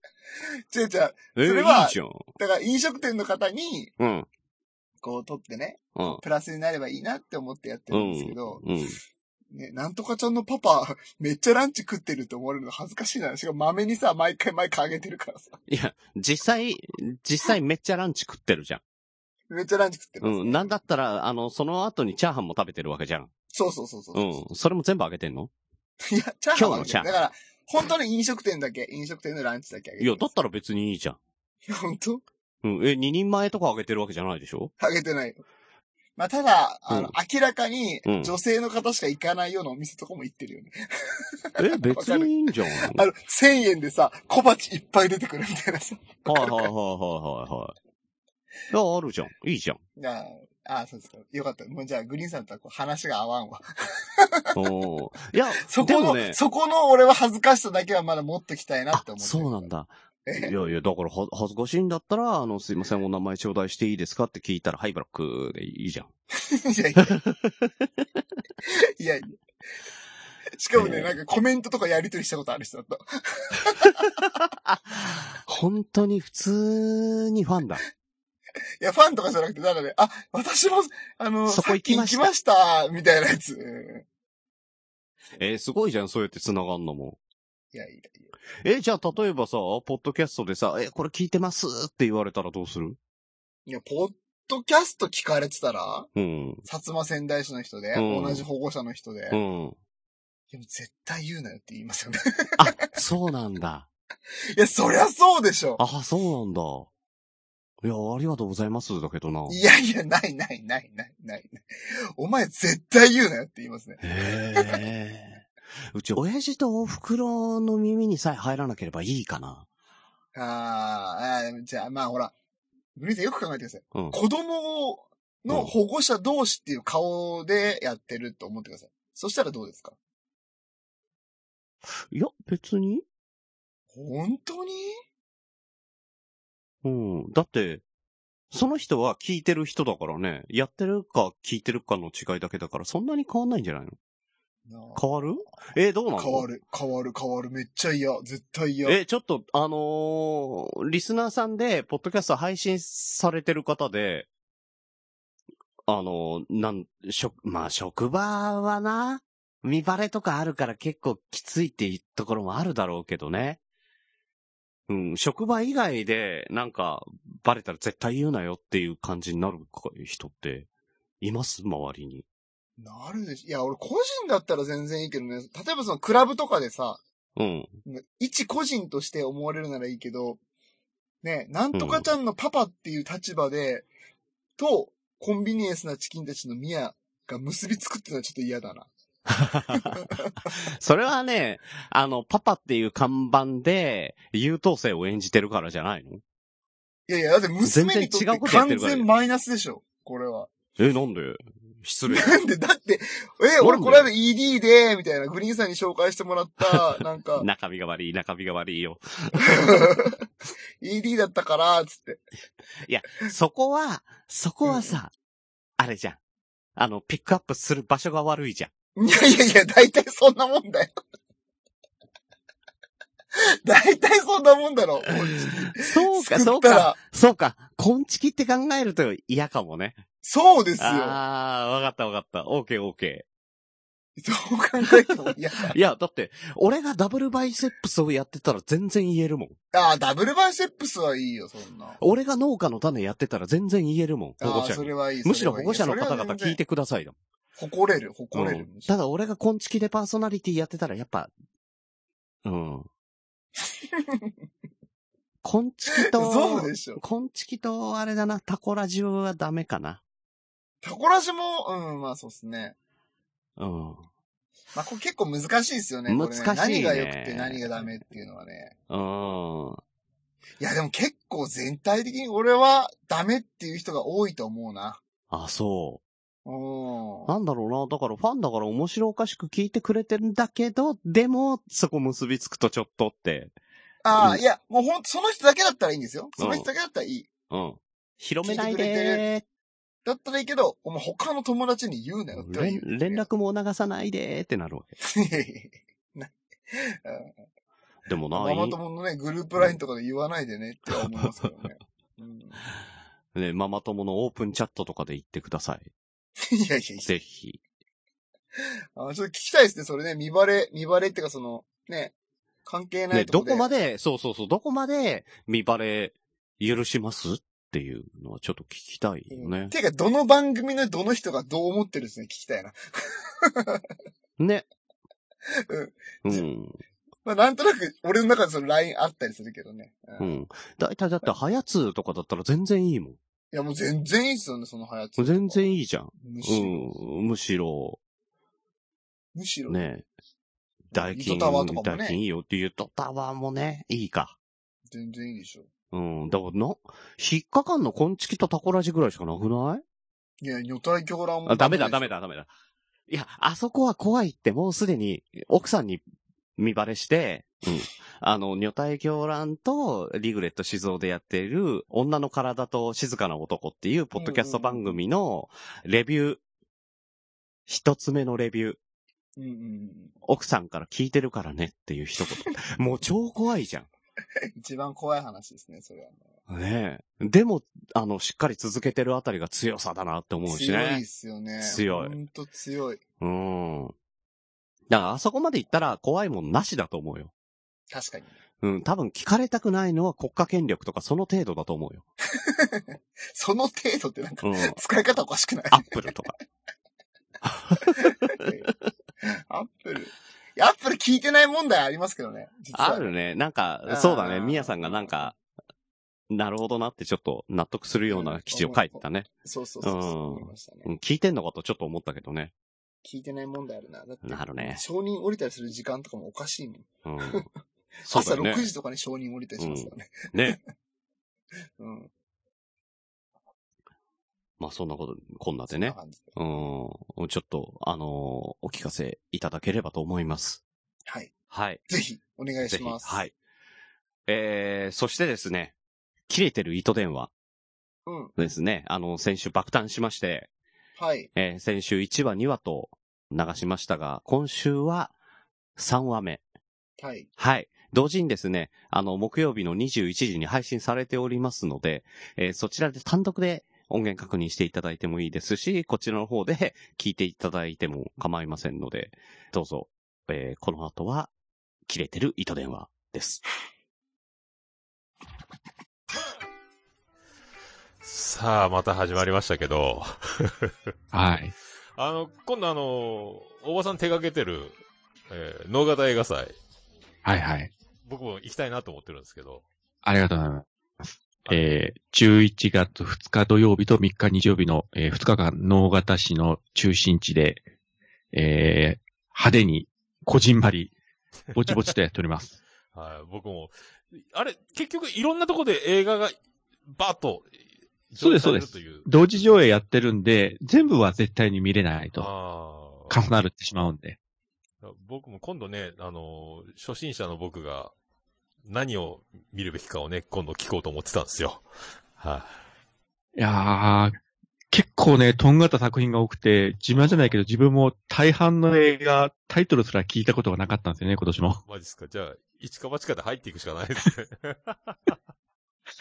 S3: えー、
S4: それはい
S3: いじゃん。
S4: だから飲食店の方に、
S3: うん。
S4: こう取ってね、
S3: うん。
S4: プラスになればいいなって思ってやってるんですけど、
S3: うん。
S4: ね、なんとかちゃんのパパ、めっちゃランチ食ってるって思われるの恥ずかしいな。しかも豆にさ、毎回毎回あげてるからさ。
S3: いや、実際、実際めっちゃランチ食ってるじゃん。
S4: めっちゃランチ食ってます、
S3: うん。なんだったら、あの、その後にチャーハンも食べてるわけじゃん。
S4: そうそうそうそうう。
S3: ん。それも全部あげてんの
S4: いや、チャーハンはあげて
S3: 今日のチャーハン
S4: るだから、本当に飲食店だけ、飲食店のランチだけあげて
S3: いや、だったら別にいいじゃん。
S4: ら。本当
S3: うん。え、二人前とかあげてるわけじゃないでしょ
S4: あげてないよ。まあ、ただ、あの、
S3: うん
S4: 明らかに
S3: うん、
S4: 女性の方しか行かないようなお店とかも行ってるよね。 [LAUGHS]
S3: え、別にいいんじゃん。はい
S4: あの、1000円でさ、小鉢いっぱい出てくるみたいなさ。
S3: はいはいはいはい。いや、あるじゃん。いいじゃん。
S4: いやあ、そうですか。よかった。もうじゃあ、グリーンさんとはこう話が合わんわ。
S3: おーいや、
S4: [LAUGHS] そ
S3: で
S4: こ
S3: も
S4: の、
S3: ね、
S4: そこの俺は恥ずかしさだけはまだ持っときたいなっ
S3: あ
S4: て思、って。
S3: そうなん。だ。
S4: え
S3: いやいや、だからは、恥ずかしいんだったら、あの、すいません、お名前頂戴していいですかって聞いたら、ハイブラックでいいじゃん。
S4: [LAUGHS] いやいや。いやいや。しかも
S3: え
S4: ね、
S3: ー
S4: なんかコメントとかやりとりしたことある人だった。
S3: 本当に普通にファンだ。
S4: いや、ファンとかじゃなくて、なんかね、あ、私も、あの、
S3: そこ行きました
S4: さっき行きました、みたいなやつ。うん
S3: えーすごいじゃん、そうやって繋がんのも。
S4: いやいやいや。
S3: えーじゃあ、例えばさ、ポッドキャストでさ、えーこれ聞いてますって言われたらどうする
S4: いや、ポッドキャスト聞かれてたら、
S3: うん。
S4: 薩摩仙台市の人で、
S3: うん
S4: 同じ保護者の人で、
S3: う
S4: い
S3: ん。
S4: や絶対言うなよって言いますよね。 [LAUGHS]
S3: あ、そうなんだ。
S4: いや、そりゃそうでしょ。
S3: あ、そうなんだ。いや、ありがとうございます、だけどな。
S4: いやいや、ないないないないないない。お前絶対言うなよって言いますね。
S3: へえ。うち、親父とお袋の耳にさえ入らなければいいかな。
S4: あーあー、じゃあまあほら、グリーンさんよく考えてください。
S3: うん
S4: 子供の保護者同士っていう顔でやってると思ってください。そしたらどうですか
S3: いや、別に。
S4: 本当に
S3: うん。だって、その人は聞いてる人だからね、やってるか聞いてるかの違いだけだから、そんなに変わんないんじゃないの
S4: なあ
S3: 変わるえーどうなの
S4: 変わる、変わる、変わる。めっちゃ嫌。絶対嫌。
S3: え、ちょっと、あのーリスナーさんで、ポッドキャスト配信されてる方で、あのーなん、職、まあ、職場はな、見バレとかあるから結構きついっていうところもあるだろうけどね。うん、職場以外で、なんか、バレたら絶対言うなよっていう感じになる人って、います周りに。
S4: なるでしょ。いや、俺個人だったら全然いいけどね。例えばそのクラブとかでさ、
S3: うん。
S4: 一個人として思われるならいいけど、ね、なんとかちゃんのパパっていう立場で、と、コンビニエンスなチキンたちのミヤが結びつくっていうのはちょっと嫌だな。
S3: それはね、あの、パパっていう看板で、優等生を演じてるからじゃないの
S4: いやいや、だって娘にとって
S3: 全然違うことやって
S4: 完
S3: るから
S4: 全マイナスでしょ。これは。 [LAUGHS]
S3: え、なんで失礼。
S4: なんで、だって、え、俺この間 ED で、みたいな、グリーンさんに紹介してもらった、なん [LAUGHS] か、
S3: 中身が悪い、中身が悪いよ。
S4: ED だったから、つって。
S3: そこは、そこはさ、あれじゃん。あの、ピックアップする場所が悪
S4: [LAUGHS]
S3: いじゃん。
S4: いやいやいや、大体そんなもんだよ。大体そんなもんだろ。
S3: そうか、
S4: 作
S3: そ
S4: っ
S3: う
S4: たら
S3: か、そうか、根付きって考えると嫌かもね。
S4: そうですよ。
S3: あー、わかったわかった。オーケーオーケ
S4: どう考えても。いや、
S3: ー。いや、だって、俺がダブルバイセップスをやってたら全然言えるもん。
S4: あーダブルバイセップスはいいよ、そんな。
S3: 俺が農家の種やってたら全然言えるもん、
S4: あ
S3: 保護
S4: ー
S3: 者
S4: そ
S3: に
S4: れはいい。
S3: むしろ保護者の
S4: それ
S3: 方
S4: は
S3: 々
S4: 全然
S3: 聞いてくださいだもん
S4: 誇れる、誇れる。
S3: うんただ俺が根付きでパーソナリティやってたらやっぱ、 [LAUGHS] うん。根付き
S4: そ
S3: と
S4: う、でしょ。
S3: 根付きとあれだな、タコラジオはダメかな。
S4: タコラジも、うん、まあそうですね。
S3: うん。
S4: まあこれ結構難しいですよね。これね
S3: 難しいね
S4: 何が良くて何がダメっていうのはね。
S3: うん。
S4: いや、でも結構全体的に俺はダメっていう人が多いと思うな。
S3: あ、そうう。
S4: ん。
S3: なんだろうな。だからファンだから面白おかしく聞いてくれてるんだけど、でも、そこ結びつくとちょっとって。
S4: あ
S3: う
S4: あ、
S3: ん
S4: いや、もうほんと、その人だけだったらいいんですよ。その人だけだったらいい。
S3: うん。広めない
S4: 聞いてく
S3: で
S4: だったらいいけど、お前他の友達に言うなよっては言
S3: 連
S4: う。 [LAUGHS]
S3: 連絡も流さないでってなるわけ。
S4: な
S3: でもな、 [LAUGHS]
S4: ママ友のね、グループラインとかで言わないでねって思いますけどね。うん
S3: ね、ママ友のオープンチャットとかで言ってください。
S4: いやいやいや。
S3: ぜひ。
S4: あちょっと聞きたいですね、それね。見バレ、見バレっていうかその、ね、関係ない
S3: ね、
S4: と
S3: ど
S4: こで。
S3: こまで、そうそうそう、どこまで見バレ許しますっていうのはちょっと聞きたいよ
S4: うん
S3: ね。
S4: ていうか、どの番組のどの人がどう思ってるんですね、聞きたいな。
S3: ね。うん。
S4: まあ、なんとなく、俺の中でその LINE あったりするけどね。うん
S3: う
S4: い
S3: ん。だいたいだって、はやつとかだったら全然いいも
S4: や、もう全然いいっすよね、その流行って
S3: ん。全然いいじゃん。
S4: む
S3: う
S4: しろ。
S3: ん。むしろ、
S4: むしろ。
S3: ね。代
S4: リ
S3: 金、
S4: トタワーとかもね
S3: 代金いいよっていうとタワーもね、いいか。
S4: 全然いいでしょ。
S3: うん。だからな、引っかかんの、こんちきとタコラジぐらいしかなくない
S4: いや、女体狂乱も。
S3: あ、ダメだ、ダメ。だ、ダメだ。いや、あそこは怖いって、もうすでに、奥さんに見バレして、
S4: [LAUGHS]
S3: うん。あの、女体狂乱と、リグレット静雄でやっている、女の体と静かな男っていう、ポッドキャスト番組の、レビュー、一つ目のレビュー、
S4: うんうんうん。
S3: 奥さんから聞いてるからねっていう一言。もう超怖いじゃん。
S4: 一番怖い話ですね、それは。
S3: ねえ。でも、あの、しっかり続けてるあたりが強さだなって思うしね。
S4: 強いっすよね。
S3: 強い
S4: ほんと強い。
S3: うん。だから、あそこまで行ったら怖いもんなしだと思うよ。
S4: 確かに。
S3: うん、多分聞かれたくないのは国家権力とかその程度だと思うよ。
S4: その程度って
S3: [LAUGHS]
S4: なんか、
S3: うん。
S4: 使い方おかしくない
S3: アップルとか。
S4: [LAUGHS] アップル。いやアップル聞いてない問題ありますけどね。実は
S3: あるね。なんか
S4: あ、ー
S3: そうだね。ミヤさんがなんか、なるほどなってちょっと納得するような記事を書いてたね。
S4: そうそうそうそう
S3: うん
S4: 思いましたね。
S3: うん、聞いてんのかとちょっと思ったけどね。
S4: 聞いてない問題あるな。だって、
S3: なるね。
S4: 承認降りたりする時間とかもおかしいね。
S3: [LAUGHS] うん。そうだ
S4: 朝
S3: よね
S4: 6。時とかに承認降りたりしますからね。
S3: ね。
S4: うん。
S3: まあそんなこと、こんなで
S4: そ
S3: ね
S4: ん。な感じで
S3: うん。ちょっと、あのーお聞かせいただければと思います。
S4: はい。
S3: はい。
S4: ぜひ、お願い
S3: ぜ
S4: し
S3: ひ
S4: ます。
S3: は。い。えー、そしてですね、切れてる糸電話
S4: うん。
S3: ですね。あの、先週爆誕しまして、
S4: はい。
S3: えー先週1話2話と流しましたが、今週は3話目。
S4: はい。
S3: はい。同時にですね、あの、木曜日の21時に配信されておりますので、えーそちらで単独で音源確認していただいてもいいですし、こちらの方で [LAUGHS] 聞いていただいても構いませんので、どうぞ、えーこの後は、切れてる糸電話です。
S1: さあ、また始まりましたけど、
S3: はい。
S1: あの、今度あの、おばさん手掛けてる、えー、能型映画祭、
S5: はいはい。
S1: 僕も行きたいなと思ってるんですけど、
S5: ありがとうございます。えー、11月2日土曜日と3日日曜日の、え2日間、能形市の中心地で、えー、派手に、こじん
S1: [LAUGHS]
S5: まり、ぼちぼちとやっております。
S1: はい、僕も、あれ、結局いろんなとこで映画が、バーッと、
S5: そうです
S1: 上映されるという。
S5: 同時上映やってるんで、全部は絶対に見れないと、
S1: あ
S5: 重なるってしまうんで。
S1: あ。僕も今度ね、あの、初心者の僕が、何を見るべきかをね、今度聞こうと思ってたんですよ。はい、
S5: いやー、結構ね、とんがった作品が多くて、自慢じゃないけど自分も大半の映画、タイトルすら聞いたことがなかったんですよね、今年も。
S1: [LAUGHS] マジっすか。じゃあ、一か八かで入っていくしかないですね。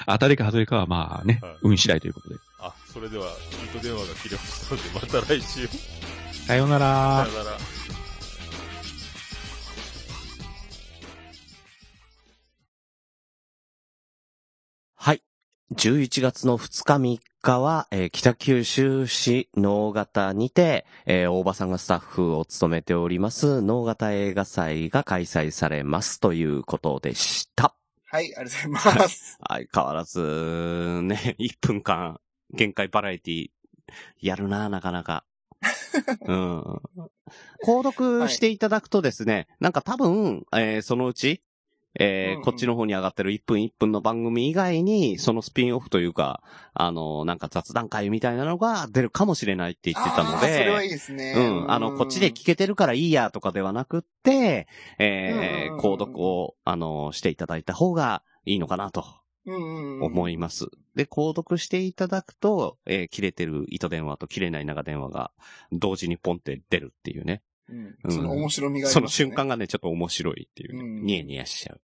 S5: 当たりか外れかはまあね
S1: はい、
S5: 運次第ということで。
S1: あ、それでは、糸電話が切れましたので、また来週。
S5: さようなら
S1: さよなら。
S3: はい。11月の2日3日は、えー北九州市能形にて、えー大場さんがスタッフを務めております、能形映画祭が開催されますということでした。
S4: はい、ありがとうございます。
S3: 相変わらず、ね、1分 [LAUGHS] 間、限界バラエティ、やるな、なかな
S4: [LAUGHS]
S3: か。うん。購読していただくとですね、なんか多分、えーそのうち、えー
S4: うんうん
S3: こっちの方に上がってる1分1分の番組以外に、そのスピンオフというか、あの、なんか雑談会みたいなのが出るかもしれないって言ってたの
S4: あーそれは
S3: で、
S4: いいですね。
S3: うん、あの、こっちで聞けてるからいいやとかではなくって、え
S4: うんうんうん
S3: ー、
S4: うん
S3: 購読を、あの、していただいた方がいいのかなと
S4: うんうんうん
S3: 思います。で、購読していただくと、えー切れてる糸電話と切れない長電話が同時にポンって出るっていうね。
S4: うん
S3: うん
S4: その面白みがあります、ね。
S3: その瞬。間がね、ちょっと面白いっていうね。
S4: うん
S3: ニヤニヤしちゃう。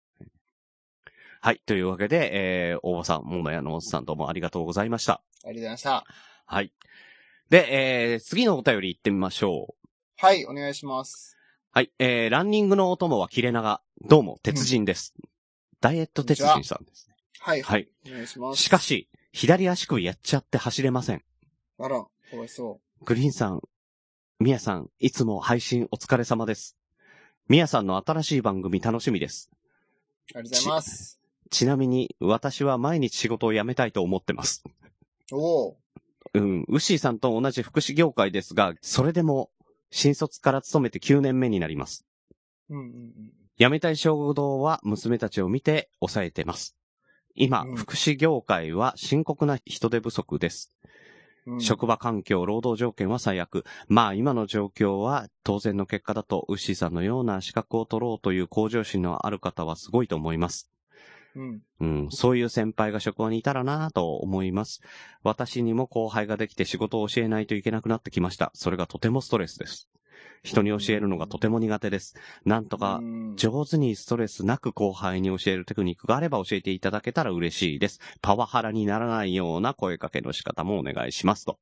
S3: はい。というわけで、えー、大場さん、ももやのおっさんどうもありがとうございました。
S4: ありがとうございました。
S3: はい。で、えー、次のお便り行ってみましょう。
S4: はい、お願いします。
S3: はい、えー、ランニングのお供は切れ長。どうも、鉄人です。ダイエット鉄人さんですね。
S4: はい、
S3: はい。
S4: お願いします。
S3: しかし、左足首やっちゃって走れません。
S4: あら、かわいそ
S3: グリーンさん、ミヤさん、いつも配信お疲れ様です。ミヤさんの新しい番組楽しみです。
S4: う。ありがとうございます。
S3: ちなみに、私は毎日仕事を辞めたいと思ってます。
S4: おお
S3: うん、ウッシーさんと同じ福祉業界ですが、それでも、新卒から勤めて9年目になります。
S4: うんうんうん。
S3: 辞めたい衝動は娘たちを見て抑えてます。今、
S4: うん
S3: 福祉業界は深刻な人手不足です。
S4: うん、
S3: 職場環境、労働条件は最悪。まあ今の状況は当然の結果だと、ウッシーさんのような資格を取ろうという向上心のある方はすごいと思います。
S4: うん。
S3: うん、そういう先輩が職場にいたらなぁと思います。私にも後輩ができて仕事を教えないといけなくなってきました。それがとてもストレスです。人に教えるのがとても苦手です。なんとか
S4: うん
S3: 上手にストレスなく後輩に教えるテクニックがあれば教えていただけたら嬉しいです。パワハラにならないような声かけの仕方もお願いしますと。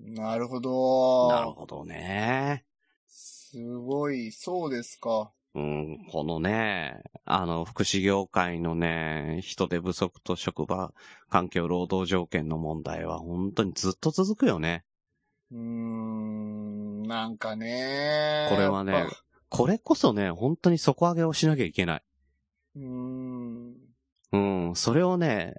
S4: なるほど。
S3: なるほどね。
S4: すごい、そうですか。
S3: うん、このね、あの、福祉業界のね、人手不足と職場、環境労働条件の問題は本当にずっと続くよね。
S4: うーん、なんかね。
S3: これはね
S4: やっぱ
S3: これこそね、本当に底上げをしなきゃいけない。
S4: うーん。
S3: うん、それをね、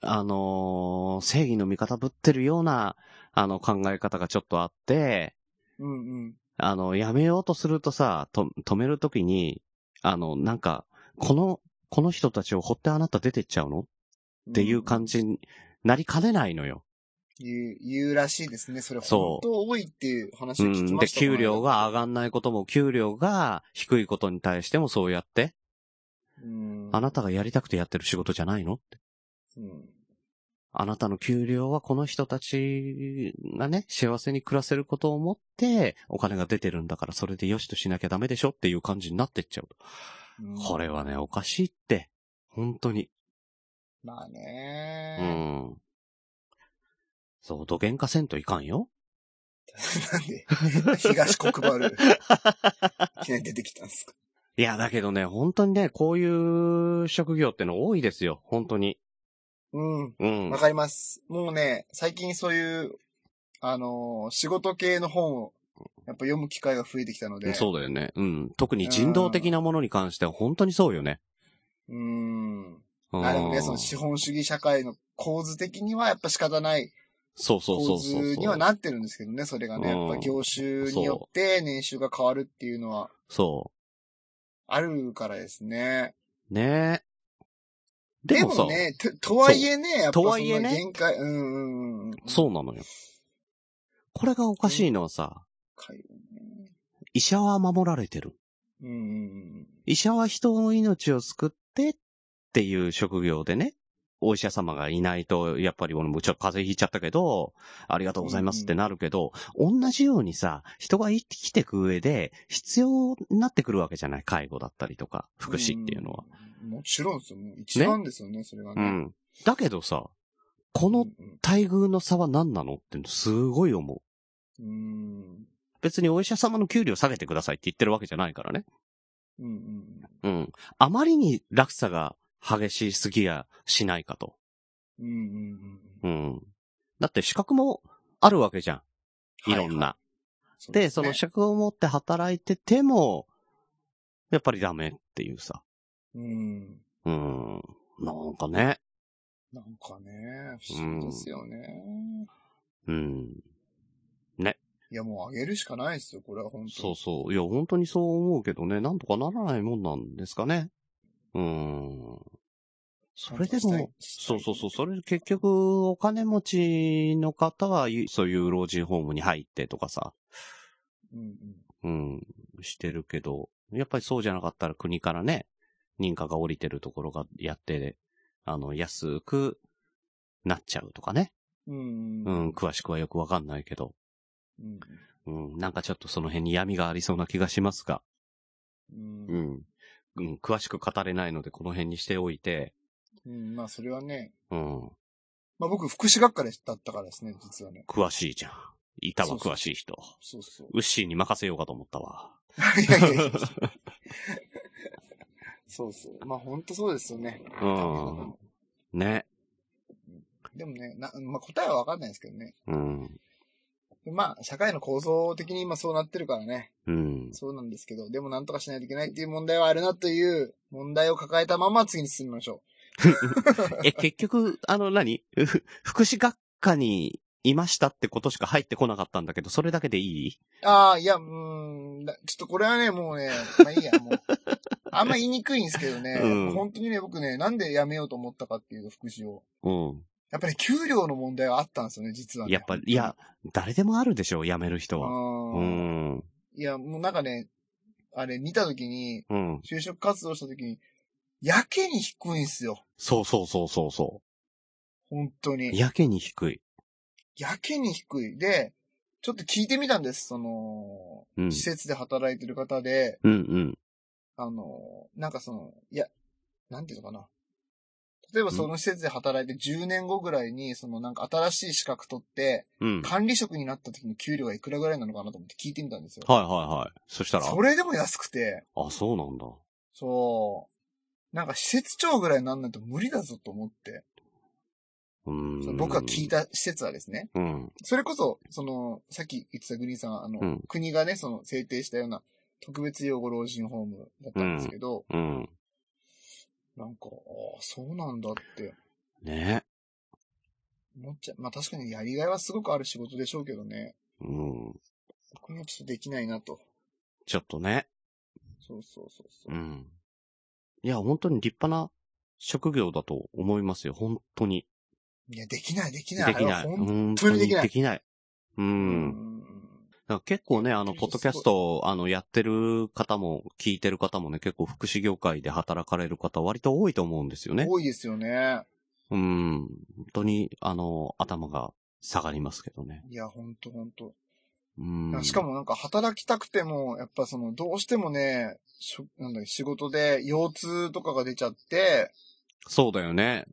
S3: あのー正義の味方ぶってるような、あの考え方がちょっとあって、
S4: うんうん。
S3: あの、やめようとするとさ、と、止めるときに、あの、なんか、この、この人たちを放ってあなた出てっちゃうのっていう感じになりかねないのよ。
S4: 言う、言うらしいですね。それ
S3: そ
S4: 本
S3: う
S4: 当多いっていう話
S3: う
S4: を聞き
S3: ん。
S4: ま
S3: で、
S4: した、
S3: 給料が上
S4: が
S3: がんないことも、給料が低いことに対してもそうやって、
S4: うん。
S3: あなたがやりたくてやってる仕事じゃないのって
S4: うん。
S3: あなたの給料はこの人たちがね、幸せに暮らせることを思って、お金が出てるんだから、それで良しとしなきゃダメでしょっていう感じになってっちゃう。
S4: うん
S3: これはね、。おかしいって。本当に。
S4: まあ
S3: う
S4: ね。
S3: ん。そう、どげんかせんといかんよ。
S4: [LAUGHS] なんで、東国原、いきなり出てきたんですか。
S3: いや、だけどね、本当にね、こういう職業っての多いですよ。本当に。
S4: うん。
S3: うん
S4: わ。かります。もうね、最近そういう、あのー仕事系の本を、やっぱ読む機会が増えてきたので。
S3: そうだよね。うん。特に人道的なものに関しては本当にそうよね。
S4: う。うん。
S3: うん
S4: あ、でもね、その資本主義社会の構図的にはやっぱ仕方ない
S3: そうそうそ
S4: 構
S3: うそうそう。
S4: 図にはなってるんですけどね、それがね、
S3: うん
S4: やっぱ業種によって年収が変わるっていうのは
S3: そ
S4: あるからですね。
S3: う。ねえ。
S4: で
S3: でもさ、
S4: もね、と、とはいえね、やっぱそ
S3: と
S4: の
S3: はいえね
S4: 限界、うんうんうん。
S3: そうなのよ。これがおかしいのはさ、
S4: かよね。
S3: 医者は守られてる。
S4: うんうん
S3: 医者は人の命を救ってっていう職業でね、お医者様がいないと、やっぱり俺もちょっと風邪ひいちゃったけど、ありがとうございますってなるけど、同じようにさ、人が生きてく上で必要になってくるわけじゃない介護だったりとか、
S4: うん。
S3: 福祉っていうのは。
S4: うん。もちろんですよ。もう一番ですよね、それが
S3: う
S4: ね。うん
S3: ん。だけどさ、この
S4: うん
S3: 待遇の差は何なのってすごい思う。
S4: うん。
S3: 別にお医者様の給料下げてくださいって言ってるわけじゃないからね。
S4: うんうん
S3: うん。あまりに落差が激しすぎやしないかと。
S4: うん。うんうんう。
S3: うんん。だって資格もあるわけじゃん。いろんな。
S4: そう
S3: で、
S4: す
S3: そ
S4: ね
S3: の資格を持って働いてても、やっぱりダメっていうさ。
S4: うん。
S3: うん。なんかね。
S4: なんかね、不思議ですよね。
S3: うん。
S4: いや、もうあげるしかないですよ、これは本当に。
S3: そうそう。いや、本当にそう思うけどね。なんとかならないもんなんですかね。うん。それでも、そうそうそう。それ結局、お金持ちの方は、ゆそういう老人ホームに入ってとかさ、
S4: う。うん
S3: うん、してるけど、やっぱりそうじゃなかったら国からね、認可が降りてるところがやって、あの、安くなっちゃうとかね。
S4: うん。うん
S3: うん、詳しくはよくわかんないけど、
S4: うん。
S3: うん、なんかちょっとその辺に闇がありそうな気がしますが、
S4: うん
S3: う。ん、うん、詳しく語れないのでこの辺にしておいて、
S4: うんまあ、それはね、
S3: うん。
S4: まあ僕、福祉学科でだったからですね、実はね。
S3: 詳しいじゃん。いたわ、
S4: そうそう
S3: 詳しい人。
S4: そうそう。
S3: ウッシーに任せようかと思ったわ。
S4: [LAUGHS] いやいやいやそうそう。まあ本当そうですよね。
S3: うん。ね。
S4: でもね、なまあ答えはわかんないですけどね。
S3: うん。
S4: まあ、社会の構造的に今そうなってるからね。
S3: うん。
S4: そうなんですけど、でもなんとかしないといけないっていう問題はあるなという問題を抱えたまま次に進みましょ。
S3: え、結局、あの何、 [LAUGHS] うふ福祉学科にいましたってことしか入ってこなかったんだけど、それだけでいいう
S4: ああ、いや、うーん、だちょっとこれはね、もう
S3: [LAUGHS]
S4: ね、まあいいや、もう。あんま言いにくいんですけどね、
S3: うん
S4: 本当にね、僕ね、なんで辞めようと思ったかっていうと、福祉を。
S3: うん。
S4: やっぱり、ね、給料の問題はあったんですよね、実は、ね。
S3: やっぱ、いや、誰でもあるでしょ、辞める人
S4: う
S3: は。
S4: ん、
S3: うん。うん。
S4: いや、もうなんかね、あれ見たときに、就職活動したときに、やけに低いんすよ。
S3: そうそうそうそうそ
S4: 本当
S3: う。
S4: に。
S3: やけに低い。
S4: やけに低い。で、ちょっと聞いてみたんです。その、
S3: うん。
S4: 施設で働いてる方で、
S3: うんうん。
S4: あの、なんかその、いや、なんていうのかな。例えばその施設で働いて10年後ぐらいに、そのなんか新しい資格取って、
S3: うん。はい
S4: 管理職になった時の給料がいくらぐらいなのかなと思って聞いてみたんですよ。
S3: はいはい。そしたら、
S4: それでも安くて、
S3: あ、そうなんだ。
S4: そう、なんか施設長ぐらいになんないと無理だぞと思って、
S3: うん
S4: その。僕が聞い。た施設はですね、
S3: うん。
S4: それこそ、その、さっき言ってたグリーンさんは、あの、
S3: うん
S4: 国がね、その、制定したような、特別養護老人ホームだったんですけど、
S3: うん。
S4: なんか、ああ、そうなんだって
S3: ね。
S4: 思っちゃう。まあ確かにやりがいはすごくある仕事でしょうけどね。
S3: うん。
S4: 僕にはちょっとできないなと。
S3: ちょっとね。
S4: そうそうそうそうう。
S3: ん。いや、本当に立派な職業だと思いますよ。本当に。
S4: いや、できない、でき
S3: で
S4: ない。
S3: きない。
S4: あれは本
S3: 本
S4: 当にできない
S3: できない。う。
S4: 当うんん。
S3: だから結構ね、あの、
S4: びっ
S3: ポ
S4: く
S3: ッド
S4: り
S3: キ
S4: した
S3: ャスト、あの、やってる方も、聞いてる方もね、結構福祉業界で働かれる方、割と多いと思うんですよね。
S4: 多いですよね。
S3: うん。本当に、あの、頭が下がりますけどね。
S4: いや、ほんとほんと。
S3: うん。
S4: しかもなんか働きたくても、やっぱその、どうしてもね、しょなんだっけ仕事で腰痛とかが出ちゃって、
S3: そうだよね。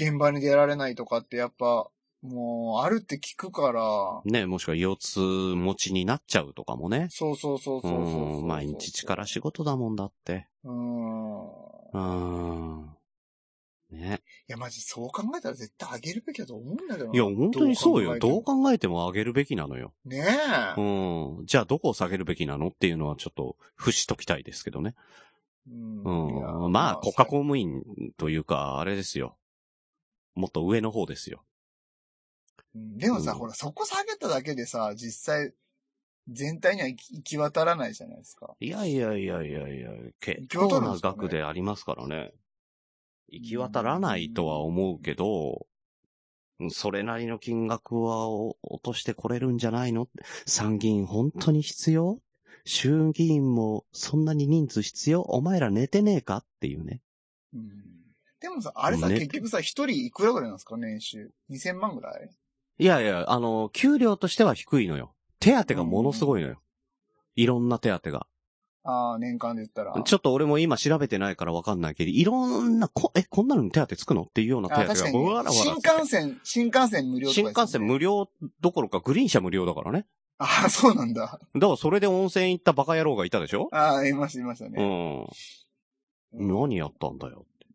S4: 現場に出られないとかってやっぱ、もう、あるって聞くから、
S3: ね、もしくは腰痛持ちになっちゃうとかもね。
S4: そうそうそうそうそうそうう。
S3: ん。毎日力仕事だもんだって。
S4: うーん。
S3: うん。ね。
S4: いや、マジ、そう考えたら絶対あげるべきだと思うんだけどな。
S3: いや、本当にそうよ。どう
S4: か。
S3: 考えても上げるべきなのよ。
S4: ねえ。
S3: うん。じゃあ、どこを下げるべきなのっていうのはちょっと、不死ときたいですけどね。
S4: うんいや
S3: うん。まあ、国家公務員というか、あれですよ。もっと上の方ですよ。
S4: うんでもさ、
S3: うん
S4: ほら、そこ下げただけでさ、実際、全体には行き行き渡らないじゃないですか。
S3: いやいやいやいやいや、結
S4: 行き渡
S3: 構
S4: るん
S3: な
S4: ですかね
S3: 額でありますからね。行き渡らないとは思うけど、それなりの金額はお落としてこれるんじゃないの参議院本当に必要衆議院もそんなに人数必要お前ら寝てねえかっていうね。
S4: うんでもさ、あれさ、
S3: ね
S4: 結局さ、一人いくらぐらいなんですか、年収。2000万ぐらい
S3: いやいや、あの、給料としては低いのよ。手当がものすごいのよ。いろんな手当が。
S4: ああ、年間で言ったら。
S3: ちょっと俺も今調べてないからわかんないけど、いろんな、こ、え、こんなのに手当つくのっていうような
S4: あ
S3: 手当
S4: 確
S3: が
S4: か
S3: わらわら
S4: に。新幹線、新幹線無料
S3: 新
S4: とかですよね、
S3: 幹線無料どころかグリーン車無料だからね。
S4: ああ、そうなんだ。
S3: だからそれで温泉行ったバカ野郎がいたでしょ
S4: ああ、いました、いました
S3: う
S4: ね。
S3: ん。
S4: うん
S3: 何やったんだよって。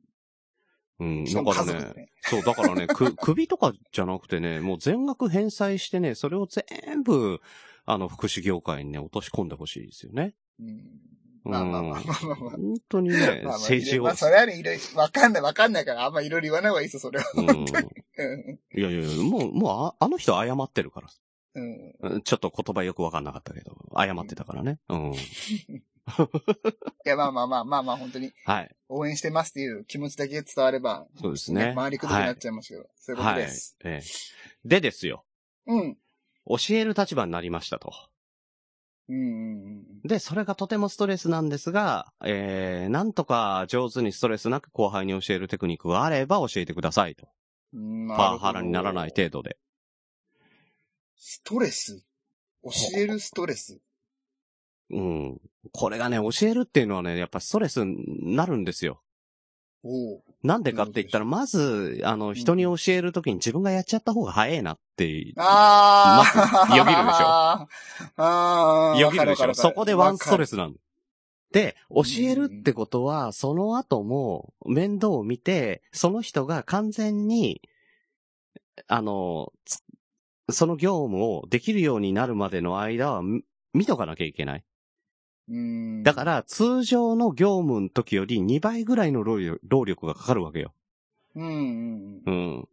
S3: うん。
S4: しか
S3: だ
S4: も
S3: か
S4: 家
S3: ら
S4: 族で
S3: ね、
S4: ね。
S3: そう、だからね、く、 [LAUGHS] 首とかじゃなくてね、もう全額返済してね、それを全部、あの、福祉業界にね、落とし込んでほしいですよね。
S4: うんまあまあまあまあまあまあ。
S3: 本当にね、
S4: [LAUGHS] まあまあ
S3: 政治を
S4: まあ、。それはね、いろいろ、わかんない、わかんないから、あんまいろいろ言わない方がいいですよ、それは。
S3: うん
S4: う
S3: い
S4: ん
S3: やいやいや、もう、もうあ、あの人謝ってるから。
S4: うん。
S3: うんちょっと言葉よくわかんなかったけど、謝ってたからね。うん。
S4: いや、まあまあまあまあまあ、本当に、
S3: はい。
S4: 応援してますっていう気持ちだけ伝われば、
S3: そうです
S4: ね
S3: ね。
S4: 周りくどくなっちゃいますけど、そういうこと
S3: はい。
S4: です。
S3: はいええでですよ。
S4: うん。
S3: 教える立場になりましたと。
S4: うんうんうん。
S3: で、それがとてもストレスなんですが、えー、なんとか上手にストレスなく後輩に教えるテクニックがあれば教えてくださいと。
S4: うん
S3: パワハラにならない。
S4: るほど
S3: 程度で。
S4: ストレス教えるストレス
S3: うん。これがね、教えるっていうのはね、やっぱストレスになるんですよ。
S4: おう
S3: なんでかって言ったら、まず、あの、人に教えるときに自分がやっちゃった方が早いなって、
S4: あ
S3: ま
S4: あ
S3: ずよぎるでしょ
S4: [LAUGHS] ああ
S3: よぎるでしょ。そこでワンストレ
S4: ス。
S3: スなんで、教えるってことは、その後も面倒を見て、その人が完全に、あの、つその業務をできるようになるまでの間は、み見とかなきゃいけない。
S4: うん。
S3: だから、通常の業務の時より2倍ぐらいの労力労力がかかるわけよ。
S4: うんうん
S3: うん。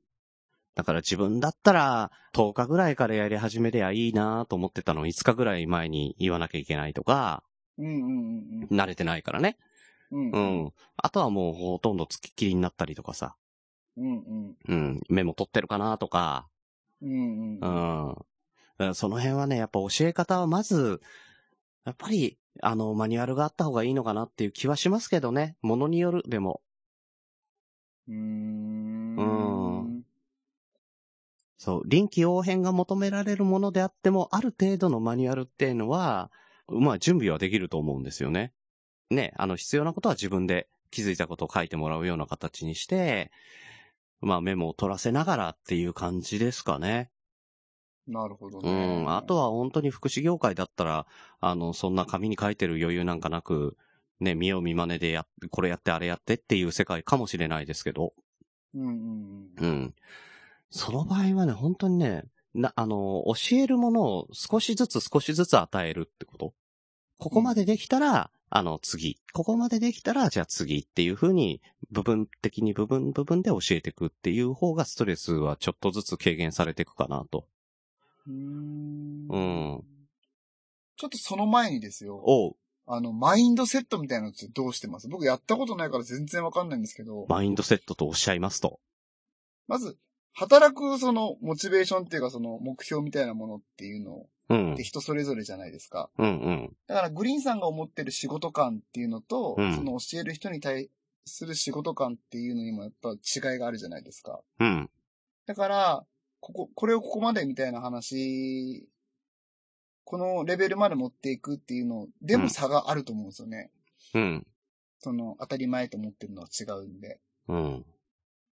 S3: だから自分だったら、10日ぐらいからやり始めりゃいいなと思ってたのを5日ぐらい前に言わなきゃいけないとか、
S4: うん。うんうん
S3: 慣れてないからね。
S4: うん。
S3: う。ん。あとはもうほとんどつきっきりになったりとかさ。
S4: うんうん。
S3: うん。メモ取ってるかなとか。
S4: う
S3: う
S4: んうん。
S3: ん。だからその辺はね、やっぱ教え方はまず、やっぱり、あの、マニュアルがあった方がいいのかなっていう気はしますけどね。ものによる、でも。
S4: うーん。
S3: うんそう、臨機応変が求められるものであっても、ある程度のマニュアルっていうのは、まあ準備はできると思うんですよね。ね、あの必要なことは自分で気づいたことを書いてもらうような形にして、まあメモを取らせながらっていう感じですかね。
S4: なるほど
S3: う
S4: ね。
S3: ん。あとは本当に福祉業界だったら、あの、そんな紙に書いてる余裕なんかなく、ね、見よう見真似でやっ、これやってあれやってっていう世界かもしれないですけど。
S4: うんうんう。
S3: うんん。その場合はね、本当にね、な、あの、教えるものを少しずつ少しずつ与えるってこと。ここまでできたら、あの、次。ここまでできたら、じゃあ次っていう風に、部分的に部分部分で教えていくっていう方がストレスはちょっとずつ軽減されていくかなと。
S4: うーん
S3: うん。
S4: ちょっとその前にですよ。
S3: おう、
S4: あの、マインドセットみたいなのってどうしてます僕やったことないから全然わかんないんですけど、
S3: マインドセットとおっしゃいますと。
S4: まず、働くそのモチベーションっていうかその目標みたいなものっていうの
S3: うん
S4: って。人それぞれじゃないですか。
S3: うんうん。
S4: だからグリーンさんが思ってる仕事感っていうのと、
S3: うん
S4: その教える人に対する仕事感っていうのにもやっぱ違いがあるじゃないですか。
S3: うん。
S4: だから、ここ、これをここまでみたいな話、このレベルまで持っていくっていうの、でも差があると思うんですよね。
S3: うん。
S4: その、当たり前と思ってるのは違うんで。
S3: うん。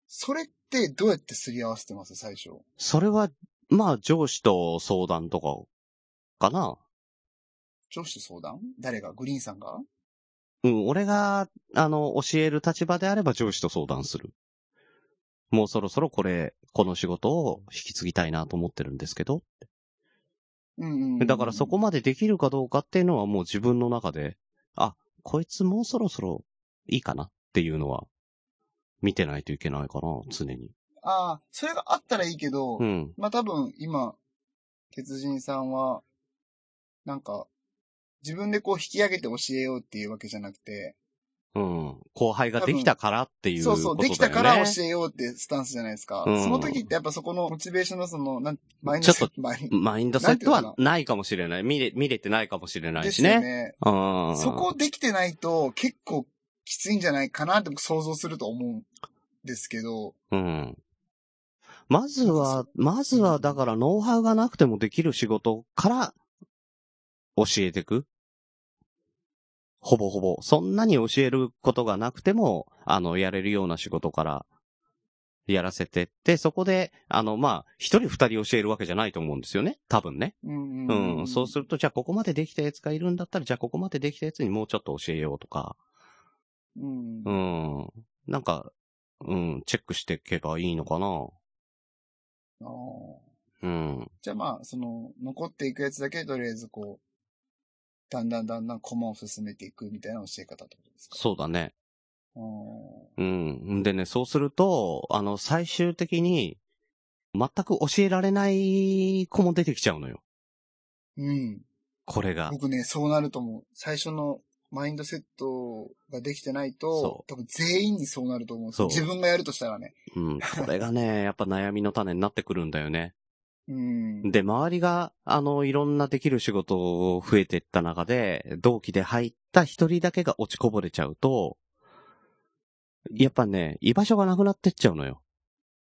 S4: それってどうやってすり合わせてます最初。
S3: それは、まあ、上司と相談とか、かな。
S4: 上司と相談誰がグリーンさんが
S3: うん、俺が、あの、教える立場であれば上司と相談する。もうそろそろこれ、この仕事を引き継ぎたいなと思ってるんですけど。
S4: うんうんうん。
S3: だからそこまでできるかどうかっていうのはもう自分の中で、あ、こいつもうそろそろいいかなっていうのは、見てないといけないかな、常に。
S4: ああ、それがあったらいいけど、
S3: うん。
S4: まあ多分今、鉄人さんは、なんか、自分でこう引き上げて教えようっていうわけじゃなくて、
S3: うん。後輩ができたからっていうこと
S4: そう
S3: だよね。
S4: そう、できたから教えようってスタンスじゃないですか。
S3: うん
S4: その時ってやっぱそこのモチベーションのその、なん、毎日
S3: ちょっ、
S4: 毎日。
S3: マインドセットはないかもしれない。見れ、見れてないかもしれな
S4: で
S3: い
S4: す
S3: し
S4: よ
S3: ね。
S4: ね。
S3: うん。
S4: そこできてないと結構きついんじゃないかなって僕想像すると思うんですけど、
S3: うん。まずは、まずは、だから、ノウハウがなくてもできる仕事から、教えてくほぼほぼ。そんなに教えることがなくても、あの、やれるような仕事から、やらせてって、そこで、あの、まあ、一人二人教えるわけじゃないと思うんですよね。多分ね。
S4: うん
S3: うん。そうすると、じゃあ、ここまでできたやつがいるんだったら、じゃあ、ここまでできたやつにもうちょっと教えようとか。
S4: うん
S3: う。ん。なんか、うん、チェックしていけばいいのかな。
S4: あー
S3: うん。
S4: じゃあまあ、その、残っていくやつだけとりあえずこう、だんだんだんだん駒を進めていくみたいな教え方ってことですか
S3: そうだね。
S4: う。う
S3: うん。んでね、そうすると、あの、最終的に、全く教えられない子も出てきちゃうのよ。
S4: ん。うん。
S3: これが。
S4: 僕ね、そうなると思う。最初のマインドセットができてないと
S3: そ、
S4: 多分全員にそうなると思う。
S3: そう
S4: 自分がやるとしたらね。
S3: うん。これがね、 [LAUGHS] やっぱ悩みの種になってくるんだよね。
S4: うん。
S3: で、周りが、あの、いろんなできる仕事を増えていった中で、同期で入った一人だけが落ちこぼれちゃうと、やっぱね、居場所がなくなってっちゃうのよ。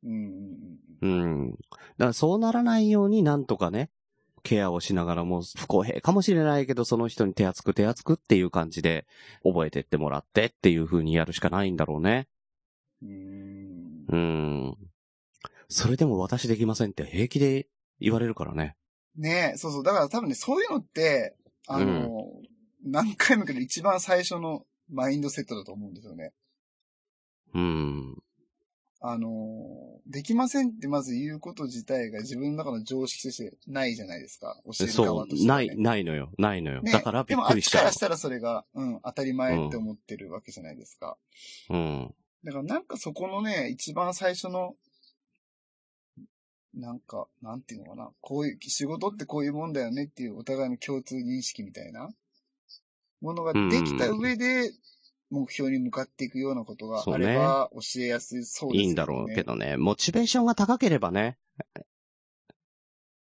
S4: うんうん
S3: うん。だからそうならないようになんとかね、ケアをしながらも不公平かもしれないけど、その人に手厚く手厚くっていう感じで覚えてってもらってっていう風にやるしかないんだろうね。
S4: うーん。
S3: うん。それでも私できませんって平気で言われるからね。
S4: ねえ、そうそう。だから多分ね、そういうのって、あの、何回も言うけど一番最初のマインドセットだと思うんですよね。
S3: うん。
S4: あの、できませんってまず言うこと自体が自分の中の常識としてないじゃないですか。教える
S3: そ
S4: 側として、
S3: う、
S4: ね。
S3: ない、ないのよ。ないのよ。
S4: ね
S3: だからびっくりしち
S4: でも
S3: ゃ
S4: あっちからしたらそれが、うん、当たり前って思ってるわけじゃないですか。
S3: う。うん。
S4: だからなんかそこのね、一番最初の、なんか、なんていうのかな。こういう、仕事ってこういうもんだよねっていうお互いの共通認識みたいなものができた上で、目標に向かっていくようなことがあれば教えやすいそうですよね。
S3: いいんだろうけどね。モチベーションが高ければね。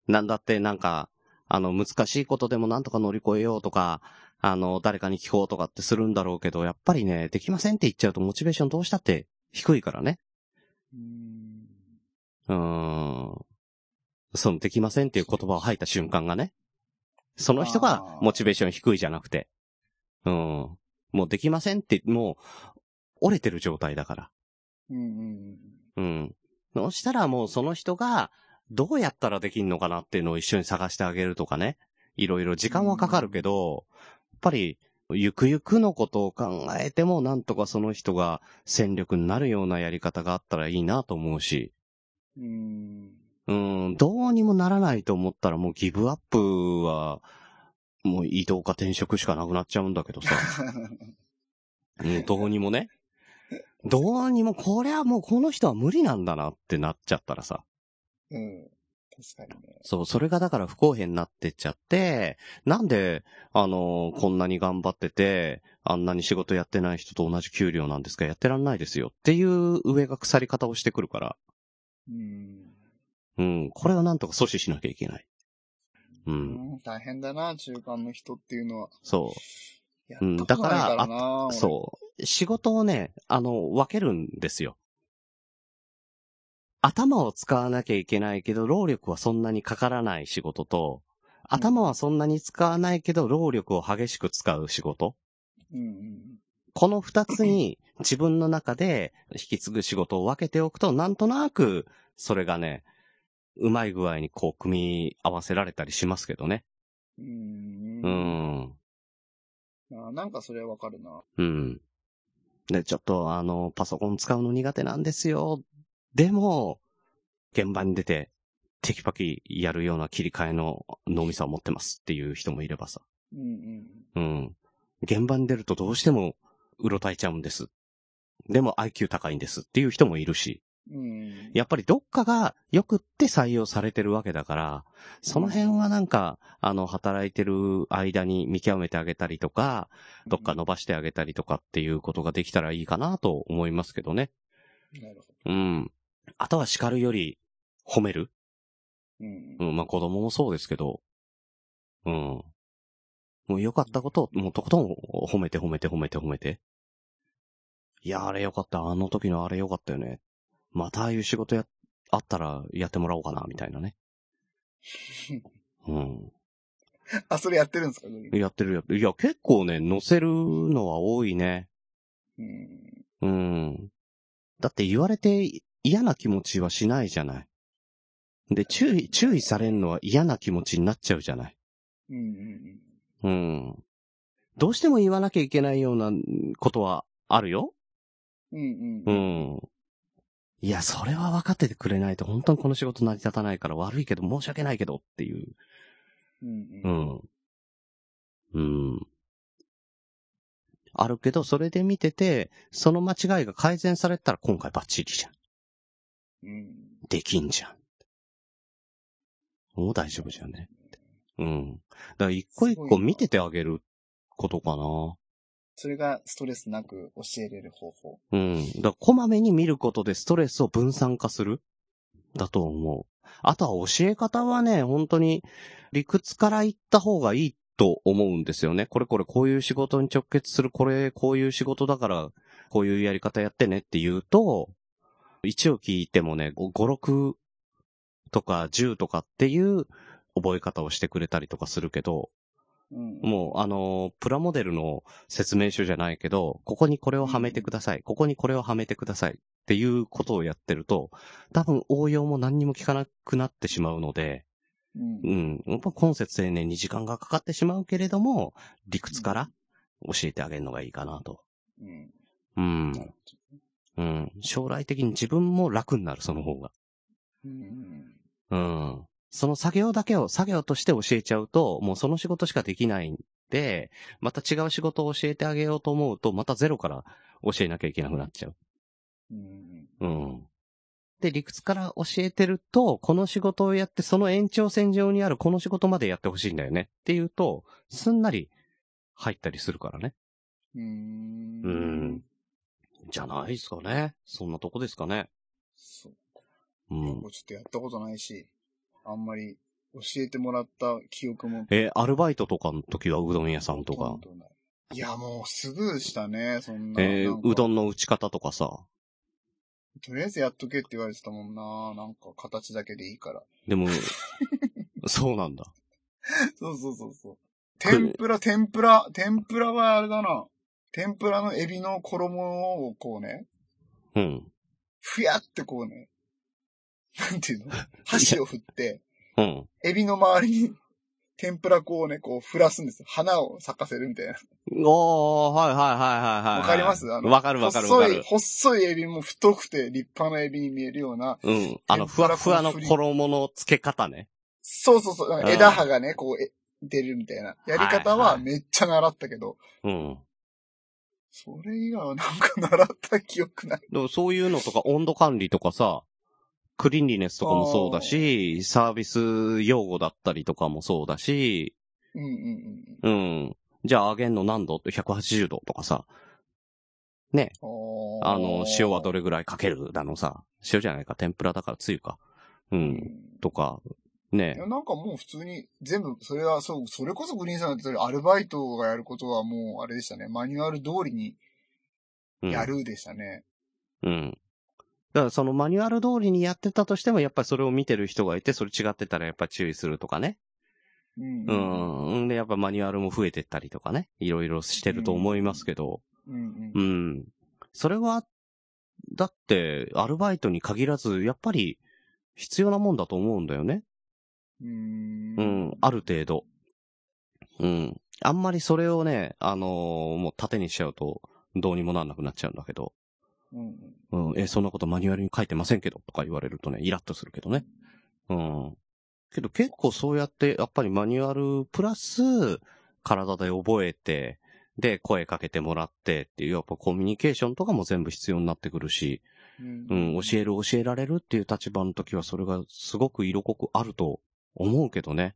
S3: なんだってなんか、あの、難しいことでもなんとか乗り越えようとか、あの、誰かに聞こうとかってするんだろうけど、やっぱりね、できませんって言っちゃうとモチベーションどうしたって低いからね。
S4: うん。
S3: うーん。その、できませんっていう言葉を吐いた瞬間がね。その人が
S4: あー
S3: モチベーション低いじゃなくて。うん。もうできませんって、もう、折れてる状態だから。
S4: うんうん
S3: うん。そしたらもうその人が、どうやったらできんのかなっていうのを一緒に探してあげるとかね。いろいろ時間はかかるけど、やっぱり、ゆくゆくのことを考えても、なんとかその人が戦力になるようなやり方があったらいいなと思うし、
S4: うん。うん。
S3: うん、どうにもならないと思ったらもうギブアップは、もう移動か転職しかなくなっちゃうんだけどさ。うん、どうにもね。どうにも、これはもうこの人は無理なんだなってなっちゃったらさ。
S4: うん。確かにね。
S3: そう、それがだから不公平になってっちゃって、なんで、あのこんなに頑張ってて、あんなに仕事やってない人と同じ給料なんですかやってらんないですよっていう上が腐り方をしてくるから、
S4: うん。
S3: うん、これはなんとか阻止しなきゃいけない。う、
S4: うんん、大変だな、中間の人っていうのは。
S3: そ
S4: やっ
S3: うん
S4: たことないからな、
S3: う、
S4: 俺
S3: そう。仕事をね、あの、分けるんですよ。頭を使わなきゃいけないけど、労力はそんなにかからない仕事と、頭はそんなに使わないけど、労力を激しく使う仕事。
S4: うんうん
S3: この二つに自分の中で引き継ぐ仕事を分けておくと、なんとなく、それがね、うまい具合にこう組み合わせられたりしますけどね。
S4: うん。
S3: う
S4: うん。
S3: ん。
S4: あなんかそれはわかるな。
S3: うん。で、ちょっとあの、パソコン使うの苦手なんですよ。でも、現場に出て、テキパキやるような切り替えの脳みそを持ってますっていう人もいればさ。
S4: うんうん。
S3: うん。現場に出るとどうしても、うろたえちゃうんです。でも IQ 高いんですっていう人もいるし。
S4: うん。
S3: やっぱりどっかが良くって採用されてるわけだから、その辺はなんか、あの、働いてる間に見極めてあげたりとか、どっか伸ばしてあげたりとかっていうことができたらいいかなと思いますけどね。
S4: なるほ
S3: うん。あとは叱るより褒める。
S4: ど。うん。
S3: うん、まあ子供もそうですけど、うん。もう良かったことを、もうとことん褒めて褒めて褒めて褒めて。いや、あれ良かった。あの時のあれ良かったよね。またああいう仕事や、あったらやってもらおうかな、みたいなね。うん。
S4: あ、 [LAUGHS] それやってるんですか、グリーン
S3: やってるやってる。いや、結構ね、乗せるのは多いね。
S4: うん。
S3: うん。だって言われて嫌な気持ちはしないじゃない。で、注意、注意されるのは嫌な気持ちになっちゃうじゃない。
S4: うんうん
S3: うん。どうしても言わなきゃいけないようなうんことはあるよ。
S4: うん。う
S3: う
S4: んうん。
S3: ん。いや、それは分かっててくれないと本当にこの仕事成り立たないから悪いけど申し訳ないけどっていう。
S4: うん
S3: う
S4: うん。
S3: ん。うん。あるけど、それで見てて、その間違いが改善されたら今回バッチリじゃん。
S4: うん。
S3: できんじゃん。もう大丈夫じゃんね。うん。だから一個一個見ててあげることかな。
S4: それがストレスなく教えれる方法。
S3: うん。だからこまめに見ることでストレスを分散化する。だと思う。あとは教え方はね、本当に理屈から言った方がいいと思うんですよね。これこれこういう仕事に直結する、これこういう仕事だから、こういうやり方やってねって言うと、一を聞いてもね、5、6とか10とかっていう覚え方をしてくれたりとかするけど、
S4: うん。
S3: もう、あのープラモデルの説明書じゃないけど、ここにこれをはめてください。ここにこれをはめてください。っていうことをやってると、多分応用も何にも効かなくなってしまうので、
S4: うん
S3: う。ん、やっぱ今節丁寧に時間がかかってしまうけれども、理屈から教えてあげるのがいいかなと。
S4: うん。
S3: うん。うん。将来的に自分も楽になる、その方が。
S4: うん。
S3: うん。その作業だけを作業として教えちゃうと、もうその仕事しかできないんで、また違う仕事を教えてあげようと思うと、またゼロから教えなきゃいけなくなっちゃう。
S4: うん。
S3: うん。で、理屈から教えてると、この仕事をやって、その延長線上にあるこの仕事までやってほしいんだよねっていうと、すんなり入ったりするからね。
S4: うん。
S3: うん。じゃないですかね。そんなとこですかね。
S4: そう。
S3: う
S4: いや
S3: ん
S4: も。うちょっとやったことないし、あんまり教えてもらった記憶も。
S3: えーアルバイトとかの時はうどん屋さんとか
S4: ほ、とんどない。いや、もうすぐしたね、そんな。
S3: えー
S4: なんか
S3: うどんの打ち方とかさ、
S4: とりあえずやっとけって言われてたもんな。なんか形だけでいい
S3: [LAUGHS]
S4: から。
S3: でも、そうなんだ。
S4: そうそうそうそう。
S3: くる
S4: 天ぷら、天ぷら、天ぷらはあれだな。天ぷらのエビの衣をこうね、
S3: うん。
S4: ふやってこうね、なんて
S3: [LAUGHS]
S4: いうの箸を振って、
S3: うん。
S4: エビの周りに [LAUGHS] 天ぷら粉をね、こう振らすんですよ。花を咲かせるみたいな。
S3: おー、はいはいはいはいはい。
S4: わかりますあの
S3: わかるわかるわか
S4: 細い、
S3: る。
S4: 細いエビも太くて立派なエビに見えるような、
S3: うん。あの、ふわふわの
S4: 天ぷら粉の振り
S3: 衣の付け方ね。
S4: そうそうそう、なんか
S3: うん
S4: 枝葉がね、こう、え出るみたいな。やり方
S3: はい
S4: は
S3: はい
S4: めっちゃ習ったけど、
S3: うん。
S4: それ以外はなんか習った記憶ない。
S3: でもそういうのとか温度管理とかさ、クリーンリネスとかもそうだし、サービス用語だったりとかもそうだし、
S4: うんうんうん
S3: うん。じゃあ揚げんの何度って180度とかさ、
S4: うん。
S3: あの、塩はど
S4: れ
S3: れぐらいかけるだのさ、塩じゃないか、天ぷらだからつゆか。う、
S4: うんん
S3: とか、
S4: い
S3: ね
S4: や、なんかもう普通に、全部、それは、そう、それこそグリーンさんが言ってたアルバイトがやることはもう、あれでしたね。マニュアル通りに
S3: うん。
S4: やるでしたね。
S3: うん。だからそのマニュアル通りにやってたとしても、やっぱりそれを見てる人がいて、それ違ってたらやっぱ注意するとかね。
S4: うん。
S3: う。ん。で、やっぱマニュアルも増えてったりとかね。いろいろしてると思いますけど。
S4: うん
S3: う。ん。それは、だって、アルバイトに限らず、やっぱり必要なもんだと思うんだよね。
S4: うん。
S3: うん、ある程度。うん。あんまりそれをね、あのーもう縦にしちゃうと、どうにもなんなくなっちゃうんだけど、
S4: うん。
S3: うん、え、そんなことマニュアルに書いてませんけど、とか言われるとね、イラッとするけどね。うん。けど結構そうやって、やっぱりマニュアルプラス、体で覚えて、で、声かけてもらってっていう、やっぱコミュニケーションとかも全部必要になってくるし、
S4: うん。
S3: うん、教える教えられるっていう立場の時はそれがすごく色濃くあると思うけどね。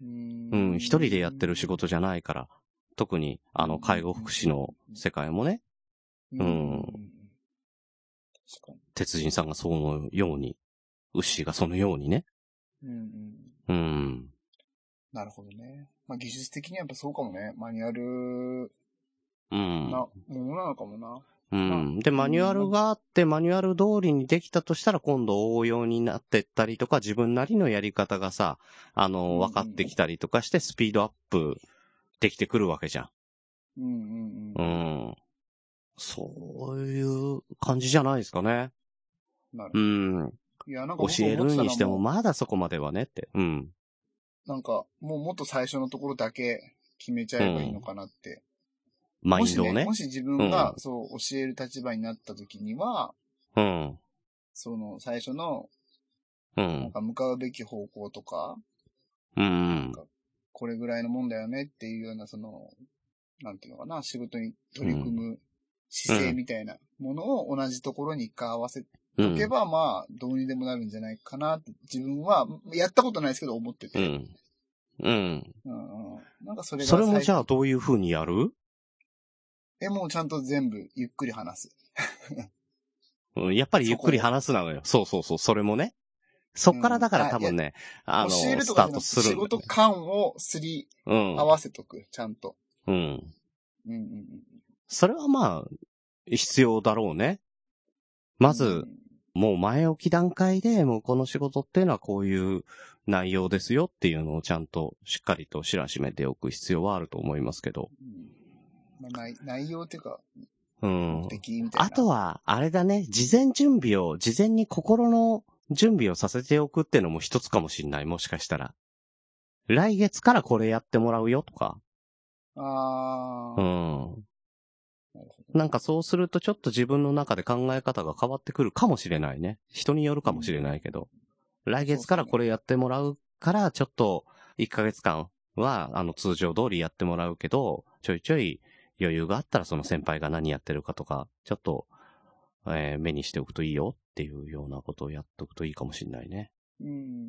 S4: うん
S3: うん、一人でやってる仕。事じゃないから、特に、あの、介護福祉の世界もね、
S4: うん
S3: うん。
S4: 確か
S3: 鉄人さんがそのように、ウッシーがそのようにね。
S4: に。うんうん。
S3: うん。
S4: なるほどね。まあ、技術的にはやっぱそうかもね。マニュアル
S3: うん。
S4: なものなのかもな。
S3: うん。で、マニュアルがあって、マニュアル通りにできたとしたら、今度応用になってったりとか、自分なりのやり方がさ、あ
S4: うん
S3: の、分かってきたりとかして、スピードアップできてくるわけじゃ
S4: うんう
S3: ん。
S4: ん
S3: う
S4: うん。
S3: ん。そういう感じじゃないですかね。
S4: な
S3: う
S4: るほど。
S3: ん。
S4: いや、なんか
S3: 教
S4: 僕
S3: える
S4: 思ってたのは
S3: にしても、まだそこまではねって。うん。
S4: なんか、もうもっと最初のところだけ決めちゃえばいいのかなって。
S3: マ
S4: も
S3: イン
S4: し
S3: ドをね
S4: も。し自分が、
S3: うん
S4: そう、教える立場になった時には、
S3: うん。
S4: その、最初の、
S3: う
S4: なん
S3: ん。
S4: か向かうべき方向とか、
S3: うん。
S4: これぐらいのもんだよねっていうような、その、なんていうのかな、仕事に取り組む姿勢みたいなものを同じところに一回合わせて
S3: う
S4: おけ
S3: ん。
S4: ば、まあ、どうにでもなるんじゃないかなって、自分は、やったことないですけど思ってて。
S3: うん。うん。
S4: うんうんなんかそれが
S3: それも
S4: 最
S3: じゃあどういう風にやる
S4: え、もうちゃんと全部ゆっくり話す。
S3: うんやっぱりゆっくり話すなのよ。そうそうそう、それもね。そっからだから多分ね、あの、
S4: 教えると
S3: スター
S4: かじゃな
S3: ト
S4: くて
S3: する
S4: 仕
S3: んだよ
S4: 事
S3: ね。
S4: 感をすり
S3: うん
S4: 合。わせとく、ちゃんと。
S3: うん。
S4: うんうんうん、
S3: それはまあ、必要だろうね。ま
S4: う
S3: ず
S4: ん、、
S3: もう前置き段階で、もうこの仕事っていうのはこういう内容ですよっていうのをちゃんとしっかりと知らしめておく必要はあると思いますけど。
S4: うんまあ内内容っていうか、
S3: うん
S4: 目。的みたいな。
S3: あとは、あれだね、事前準備を、事前に心の準備をさせておくってのも一つかもしんない、もしかしたら。来月からこれやってもらうよとか。
S4: あ
S3: う
S4: ー
S3: ん。
S4: なるほど
S3: なんかそうするとちょっと自分の中で考え方が変わってくるかもしれないね。人によるかもしれないけど。来月からこれやってもらうから、ちょっと1ヶ月間は、あの通常通りやってもらうけど、ちょいちょい余裕があったらその先輩が何やってるかとか、ちょっと、えー目にしておくといいよっていうようなことをやっとくといいかもしれないね。
S4: うん。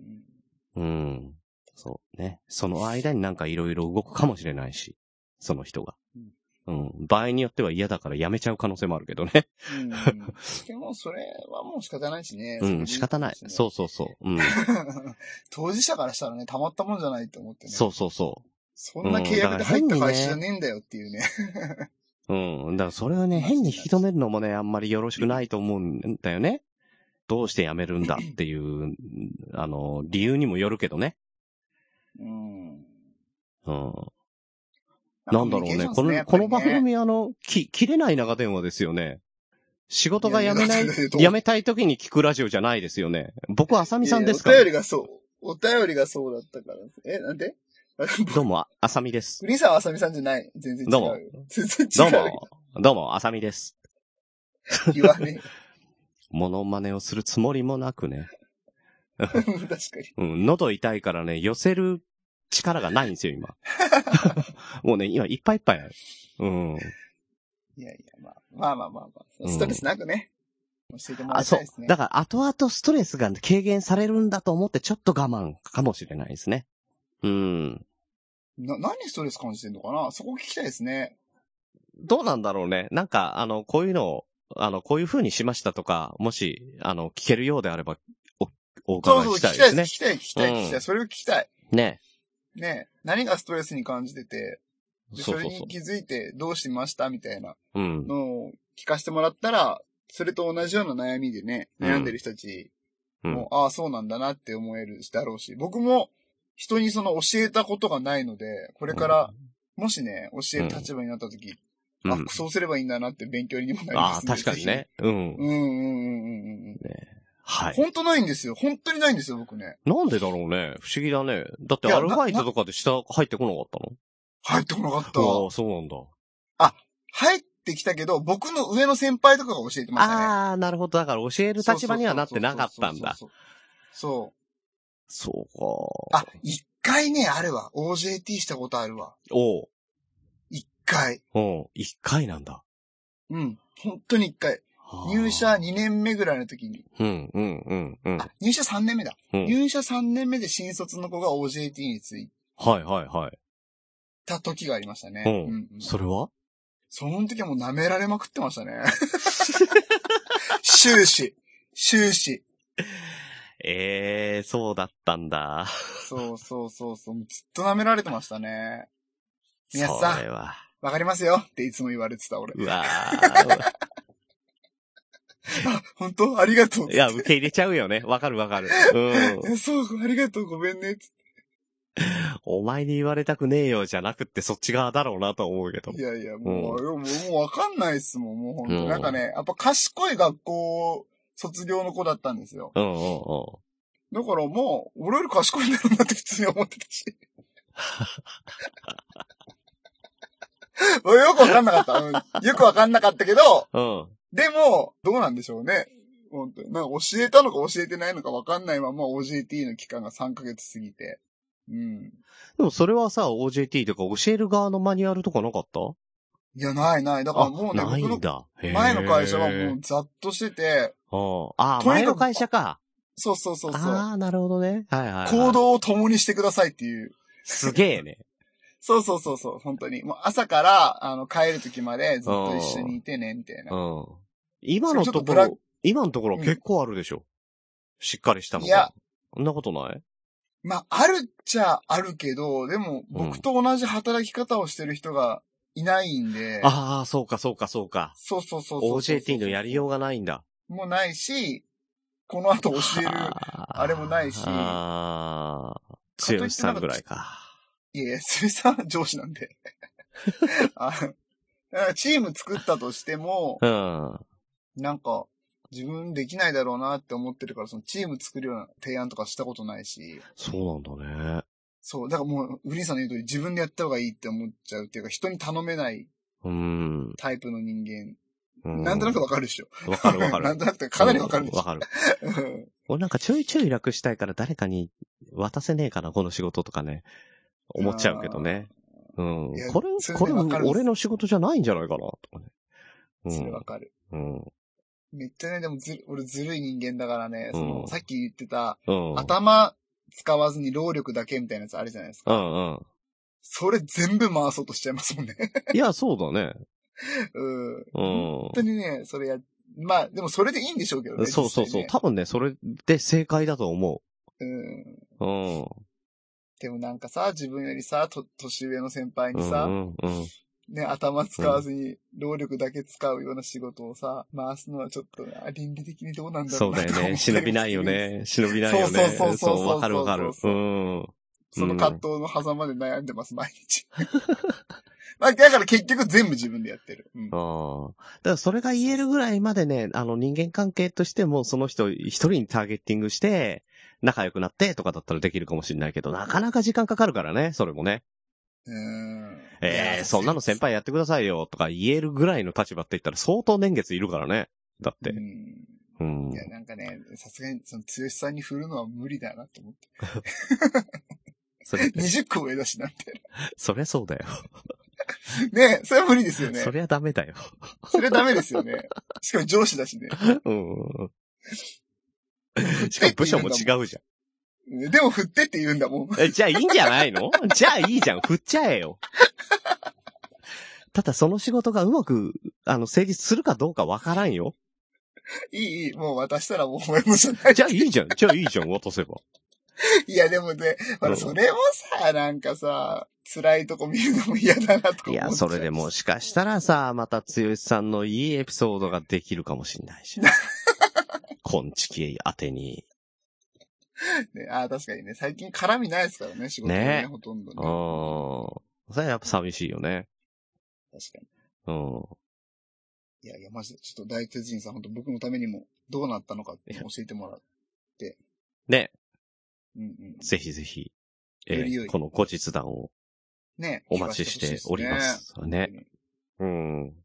S3: うん。そうね。その間になんかいろいろ動くかもしれないし、その人が。うん。場合によっては嫌だからやめちゃう可能性もあるけどね。
S4: うん。でも、それはもう仕方ないしね。。
S3: うん、仕方ない。そううそうそう。うん。
S4: [LAUGHS] 当事者からしたらね、たまったもんじゃないと思ってね。
S3: そうそうそ
S4: そんな契約で入った会社じゃねえんだよっていうね。
S3: う。うん。だからそれをね、変に引き止めるのもね、あんまりよろしくないと思うんだよね。どうして辞めるんだっていう、あの、理由にもよるけどね。
S4: うん。
S3: うん。なんだろうね。この、
S4: やっぱ
S3: こ
S4: り
S3: の番組あの、き、切れない長電話ですよね。仕事が辞めない
S4: いやいや、
S3: 辞めたい時に聞くラジオじゃないですよね。僕、あさみさんですか
S4: い
S3: ら
S4: やお便りがそう。お便りがそうだったから。え、なんで [LAUGHS]
S3: どうも、ああさみです。
S4: グリーンさんはあさみさんじゃない。全然違うよ。
S3: どうも
S4: 全然 [LAUGHS] 違
S3: どう
S4: うよ。
S3: も、どうも、あさみです。
S4: 言わね
S3: モノマネをするつもりもなくね。
S4: え。 [LAUGHS] 確か
S3: うん、喉痛いからね、寄せる力がないんですよ、
S4: [LAUGHS]
S3: 今。もうね、今いっぱいいっぱいある。うん。
S4: に。いやいや、まあ、まあまあまあまあ。ストレスなくね。教えてもら
S3: あ、
S4: いた
S3: そ
S4: いうです。ね。
S3: だから、後々ストレスが軽減されるんだと思って、ちょっと我慢かもしれないですね。うん。
S4: な、何ストレス感じてんのかなそこ聞きたいですね。
S3: どうなんだろうね。なんか、あの、こういうのを、あの、こういう風にしましたとか、もし、あの、聞けるようであれば、お、お
S4: そう
S3: 伺
S4: そう、
S3: い
S4: 聞
S3: したい
S4: き
S3: で
S4: たい
S3: す
S4: で
S3: ね。
S4: す、聞きたい、聞きたい、
S3: うん
S4: 聞きたい。それを聞きたい。
S3: ね。
S4: ねえ何がストレスに感じてて、で
S3: そ
S4: そうれ
S3: そうそ
S4: に気づいてどうしましたみたいな
S3: う。うん。
S4: のを聞かせてもらったら、それと同じような悩みでね、悩んでる人たち
S3: うん
S4: も、ああ、そうなんだなって思えるだろうし、僕も人にその教えたことがないので、これから、もしね、教える立場になった時、
S3: うん
S4: あ、そうすればいいんだなって勉強にもなりま
S3: あ
S4: す
S3: あ、確かに。
S4: ぜ
S3: ね。うん
S4: ひ。うんうんうんうんうんうん。
S3: はい。
S4: 本当ないんですよ。本当にないんですよ、僕ね。
S3: なんでだろうね。不思議だね。だって
S4: いや
S3: アルファイトとかで下入ってこなかったの
S4: 入ってこなかった。
S3: ああ、そうなんだ。
S4: 入ってきたけど、僕の上の先輩とかが教えてましたね。
S3: ああ、なるほど。だから教える立場にはなってなかったんだ。
S4: そうそうそうそう。そう
S3: そうか。
S4: あ、一回ね、あるわ。OJT したことあるわ。
S3: おう。
S4: 一回。
S3: うん。一回なんだ。
S4: うん。本当に一回。
S3: はあ
S4: 入社2。年目ぐらいの時に。
S3: うん、うん、うん、うん。は
S4: あ、入社3年目だ。
S3: うん
S4: 入社3年目で新卒の子が OJT につい
S3: い、はい、はい。
S4: た時がありましたね。
S3: うん
S4: うんうん
S3: それは
S4: その時はもう舐められまくってましたね。 [LAUGHS] 終始。終始。
S3: ええー、そうだったんだ。
S4: そうそうそうそう。ずっと舐められてましたね。皆さん
S3: それは。
S4: わかりますよっていつも言われてた俺。
S3: うわー
S4: 本当ありが [LAUGHS] とう。
S3: いや、受け入れちゃうよね。わかるわかる。うん。
S4: えそう、ありがとう、ごめんね。つっ
S3: お前に言われたくねえよじゃなくってそっち側だろうなと思うけど
S4: てい。やいや、もう、もう、もうわかんないっすもん、もう本当、なんかね、やっぱ賢い学校、卒業の子だったんですよ。
S3: うんうんうん。
S4: だからもう、俺より賢いんだろうなって普通に思ってたし。 [LAUGHS] もうよくわかんなかったうん。よくわかんなかったけど、
S3: うん。
S4: でも、どうなんでしょうね。本当になんか教えたのか教えてないのかわかんないまま OJT の期間が3ヶ月過ぎて。うん。
S3: でもそれはさ、OJT とか教える側のマニュアルとかなかった
S4: いや、ないない。だからもうね、
S3: あない
S4: 僕の
S3: んだ。
S4: 前の会社はもうざっとしてて、
S3: もう。ああ、
S4: とに
S3: 前
S4: かく
S3: の会社か。
S4: そうそうそうそう。
S3: ああ、なるほどね。はいはいはい。
S4: 行動を共にしてくださいっていう。
S3: すげえ
S4: [LAUGHS]
S3: ね。
S4: そうそうそうそう、本当に。もう朝から、あの、帰る時までずっと一緒にいてね、みたいうな。
S3: ん。今の
S4: それちょ
S3: と
S4: っ
S3: こ
S4: とブラ
S3: ろ、今のところ結構あるでしょ。しっかりしたのが。
S4: いや。
S3: そんなことない
S4: まあ、あるっちゃあるけど、でも、
S3: うん
S4: 僕と同じ働き方をしてる人がいないんで、
S3: ああ、そうかそうかそうか。
S4: そうそうそうそうそう。
S3: OJT のやりようがないんだ。
S4: もうないし、この後教える。
S3: あ
S4: あれもないし
S3: ああ、強しさんぐらいか。 [LAUGHS]
S4: いやいや、それさ、上司なんで。あだからチーム作ったとしても、
S3: うん。
S4: なんか、自分できないだろうなって思ってるから、そのチーム作るような提案とかしたことないし、
S3: そうなんだね。
S4: そう、だからもう、ウリンさんの言う通り自分でやった方がいいって思っちゃうっていうか、人に頼めない
S3: うん。
S4: タイプの人間。
S3: うん
S4: なんとなくわかるでしょ。
S3: わかるわか
S4: な
S3: る
S4: ん。となくってかなりわかる
S3: う
S4: で
S3: ん
S4: しょ
S3: わ。かる。
S4: うん
S3: 俺なんかちょいちょい楽したいから誰かに渡せねえかな、この仕事とかね。思っちゃうけどね。うん
S4: いや。
S3: これ
S4: そ、れ
S3: これ
S4: わかるっす
S3: 俺の仕事じゃないんじゃないかな、とかね。うん
S4: [LAUGHS] それわかる。
S3: うん。
S4: めっちゃね、でもずる、俺ずるい人間だからね、
S3: うん
S4: その、さっき言ってた、
S3: うん。
S4: 頭使わずに労力だけみたいなやつあるじゃないですか。
S3: うんうん。
S4: それ全部回そうとしちゃいますもんね。 [LAUGHS]
S3: いや、そうだね。
S4: うん。
S3: うん
S4: 本。当にね、それや、まあ、でもそれでいいんでしょうけどね。
S3: そうそうそう。
S4: 実際ね
S3: 多分ね、それで正解だと思
S4: うん。
S3: う。うん。
S4: でもなんかさ、自分よりさ、と、年上の先輩に
S3: う
S4: さ、
S3: んうん
S4: ね、頭使わずに、労力だけ使うような仕事をさ、回すのはちょっと、あ倫理的にどうなんだろ
S3: そうう
S4: な
S3: だよ
S4: と思って
S3: ね。忍びないよ。ね。忍びないよ
S4: そう
S3: ね。
S4: そうそうそうそう
S3: わかるわかる。うん。
S4: その葛藤の狭間で悩んでます、毎日。 [LAUGHS] まあ、だから結局全部自分でやってる。うん
S3: あ。あ。だからそれが言えるぐらいまでね、あの人間関係としてもその人一人にターゲッティングして、仲良くなってとかだったらできるかもしれないけど、なかなか時間かかるからね、それもね。
S4: うん。
S3: え
S4: い
S3: え
S4: や
S3: そんなの先輩やってくださいよとか言えるぐらいの立場って言ったら相当年月いるからね。だって
S4: う。ん
S3: うん
S4: い。や、なんかね、さすがに、その、剛さんに振るのは無理だなと思って。
S3: そ
S4: [LAUGHS]
S3: れ、
S4: 20個上だしな、みたい
S3: そりゃそうだよ。
S4: な。ねそれは無理ですよね。
S3: そりゃダメだよ。
S4: それダメですよね。しかも上司だしね。 [LAUGHS]
S3: うん。しかも部署も違うじゃ
S4: でも振ってって言うんだも
S3: [LAUGHS]
S4: ん。 [LAUGHS]
S3: ん。えじゃあいいんじゃないのじゃあいいじゃん。振っちゃえよ。ただその仕事がうまく、あの、成立するかどうかわからんよ。
S4: いい、いい、もう渡したらもう俺もじゃない。 [LAUGHS]
S3: じゃあいいじゃん。じゃあいいじゃん。渡せば。
S4: いや、でもね、ほ
S3: う
S4: ら、
S3: ん
S4: それもさ、なんかさ、辛いとこ見るのも嫌だなとか思っ
S3: いや、それでも。しかしたらさ、またつよしさんのいいエピソードができるかもしんないじゃん。こんちき宛てに。
S4: ね、ああ、確かにね、最近絡みないですからね、仕事ね、
S3: ね
S4: ほとんど
S3: う
S4: ね。
S3: ん。それはやっぱ寂しいよね。
S4: 確かに。
S3: うん。
S4: いやいや、マジで、ちょっと大鉄人さん、本当僕のためにも、どうなったのかって教えてもらう。
S3: ね、
S4: うんうん。
S3: ぜひぜひ、えー
S4: より良い
S3: この後日談を
S4: ね
S3: お待ちしておりま。す。
S4: 聞かせてほしい
S3: ね。
S4: ですね
S3: うん。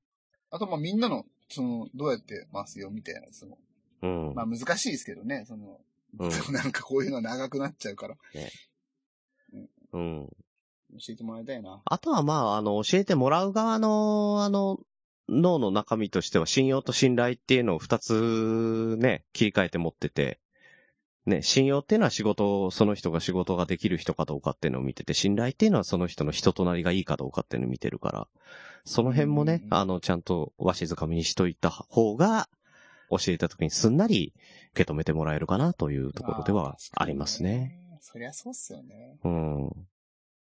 S4: あと、まあ、みんなの、その、どうやってますよ、みたいな、その、
S3: うん。
S4: まあ、難しいですけどね、その、
S3: うん
S4: [LAUGHS] なんかこういうのは長くなっちゃうから、
S3: うん。
S4: 教えてもらいたいな。
S3: あとはまあ、あの、教えてもらう側の、あの、脳の中身としては信用と信頼っていうのを二つね、切り替えて持ってて、ね、信用っていうのは仕事を、その人が仕事ができる人かどうかっていうのを見てて、信頼っていうのはその人の人となりがいいかどうかっていうのを見てるから、その辺もね
S4: う、ん
S3: あの、ちゃんとわしづかみにしといた方が、教えた時にすんなり受け止めてもらえるかなというところではありますね。
S4: まあ。確かにそりゃそうっすよね。
S3: うん。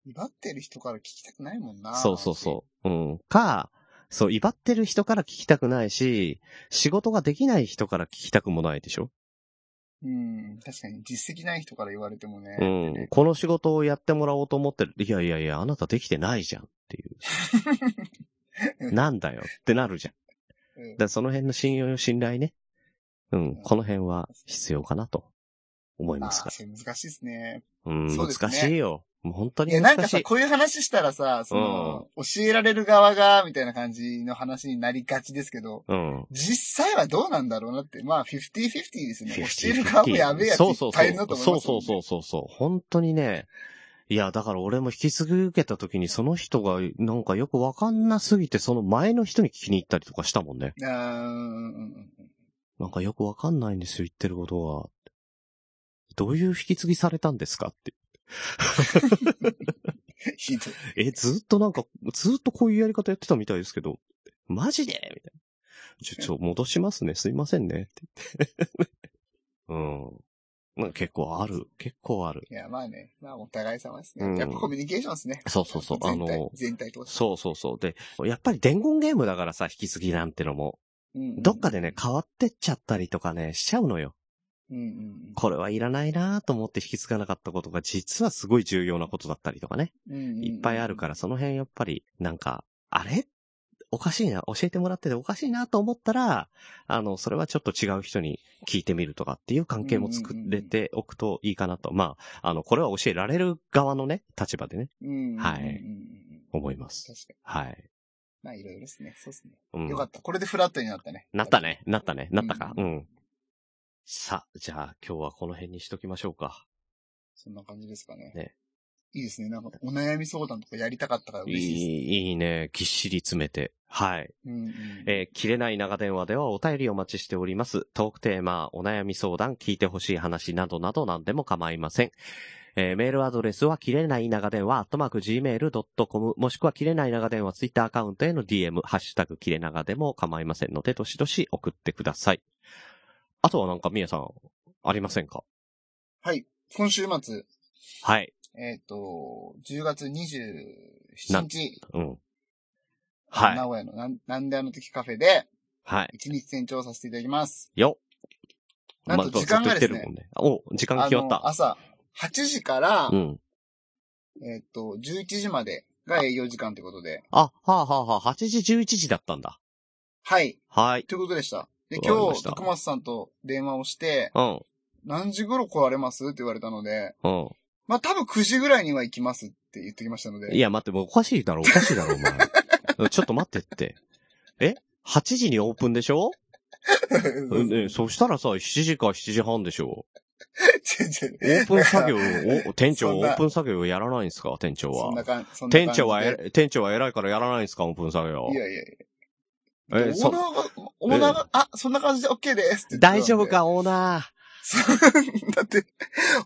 S4: 威張ってる人から聞きたくないもんな。
S3: そうそうそう。うん。か、そう、威張ってる人から聞きたくないし、仕事ができない人から聞きたくもないでしょ、
S4: う。うん。確かに、実績ない人から言われてもね。 [LAUGHS]
S3: うん。この仕事をやってもらおうと思ってる。いやいやいや、あなたできてないじゃんっていう。なんだよってなるじゃん。
S4: うん
S3: だからその辺の信用、信頼ね。うん。この辺は必要かなと思い
S4: あ
S3: ます
S4: ー
S3: が。
S4: それ難しいですね。
S3: うん、
S4: そうですね
S3: 難しいよ。もう本当
S4: い
S3: に
S4: や、なん
S3: 難
S4: か
S3: しい
S4: さ、。こういう話したらさ、その、教えられる側が、みたいな感じの話になりがちですけど、
S3: うん。
S4: 実際はどうなんだろうなって、まあ、50-50ですね。教える側も
S3: 50
S4: やべえやつ
S3: そう
S4: い
S3: そ
S4: っ
S3: う
S4: ぱ
S3: そ
S4: いういるなと思い
S3: そ
S4: ま
S3: う
S4: すも
S3: そ
S4: ん
S3: う
S4: ね
S3: そうそうそう。本当にね。いや、だから俺も引き継ぎ受けた時にその人がなんかよくわかんなすぎてその前の人に聞きに行ったりとかしたもんね。
S4: あーうんうんうん [LAUGHS]
S3: なんかよくわかんないんですよ、言ってることは。どういう引き継ぎされたんですかって。
S4: ひどい。
S3: え、ずっとなんか、ずっとこういうやり方やってたみたいですけど、マジでみたいな。ち
S4: [LAUGHS]
S3: ょ、ちょ、戻しますね。すいませんね。って [LAUGHS] 言って。うん。なんか結構ある。結構ある。
S4: いや、まあね。まあ、お互い様です
S3: う
S4: ね
S3: ん。
S4: やっぱコミュニケーションですね。
S3: そうそうそう。あ
S4: 全体
S3: の、
S4: 全体通して。
S3: そうそうそう。で、やっぱり伝言ゲームだからさ、引き継ぎなんてのも、
S4: うんうん
S3: どっかでね、変わってっちゃったりとかね、しちゃうのよ。
S4: うんうんうん
S3: これはいらないなと思って引き継がなかったことが、実はすごい重要なことだったりとかね。
S4: うんうんうん
S3: いっぱいあるから、その辺やっぱり、なんか、あれおかしいな、教えてもらってておかしいなと思ったら、あの、それはちょっと違う人に聞いてみるとかっていう関係も作れておくといいかなと。まあ、あの、これは教えられる側のね、立場でね、
S4: うん。
S3: はい
S4: うんうんうん
S3: 思います。
S4: 確かに。
S3: はい。
S4: まあ、いろいろですね。そうですね。
S3: うん
S4: よかった。これでフラットになったね。
S3: なった。ね。なったね。なったか。
S4: う
S3: うんん。さあ、じゃあ今日はこの辺にしときましょうか。
S4: そんな感じですかね。
S3: ね
S4: いいですね。なんか、お悩み相談とかやりたかったから
S3: い
S4: 嬉しいです。
S3: い、いいね。ぎっしり詰めて。はい。
S4: うんうん
S3: えー切れない長電話ではお便りお待ちしております。トークテーマ、お悩み相談、聞いてほしい話などなど何でも構いません。えーメールアドレスは、切れない長電話、アットマーク gmail.com、もしくは、切れない長電話、ツイッターアカウントへの DM、ハッシュタグ、切れ長でも構いませんので、どしどし送ってください。あとはなんか、みやさん、ありませんか
S4: はい。今週末、
S3: はい。
S4: えっ、と、10月27
S3: なん
S4: 日、
S3: うん。は
S4: 名
S3: い。
S4: 古屋のなんなんであの時カフェで、
S3: はい。
S4: 1日店長させていただきます。
S3: よっ。
S4: なんと時間がですね
S3: まあずっと言ってるもんね。お、時間が決まっ
S4: あの
S3: た。
S4: 朝8時から、
S3: うん。
S4: えっ、と、11時までが営業時間ということで、
S3: あ、はあはあはあ、8時11時だったんだ。
S4: はい。
S3: はい。
S4: ということでした。で、
S3: わかり
S4: 今
S3: ま
S4: 日、
S3: した
S4: 徳松さんと電話をして、
S3: うん。
S4: 何時頃来られますって言われたので、
S3: うん。
S4: まあ、多分9時ぐらいには行きますって言ってきましたので。
S3: い
S4: [LAUGHS]
S3: や、待って、もうおかしいだろ、おかしいだろ、お前。 [LAUGHS] ちょっと待ってって。え ?8 時にオープンでしょ、
S4: うん
S3: ね、そしたらさ、7時か7時半でしょ
S4: ちょちょ
S3: オープン作業を、
S4: [LAUGHS]
S3: お店
S4: そ
S3: 長、
S4: ん
S3: オ
S4: な
S3: ープン作業をやらないんですか店長
S4: そんな
S3: は。
S4: 感じ。そんな感
S3: 店
S4: じ
S3: 長は
S4: で
S3: え、店長は偉いからやらないんですかオープン作業
S4: い。やいやいや。
S3: え
S4: オ
S3: そ
S4: ーナーが、オーナーが、あ、そんな感じで OK ですって言ってたんで
S3: 大丈夫。か、オーナー。
S4: そう [LAUGHS] だって、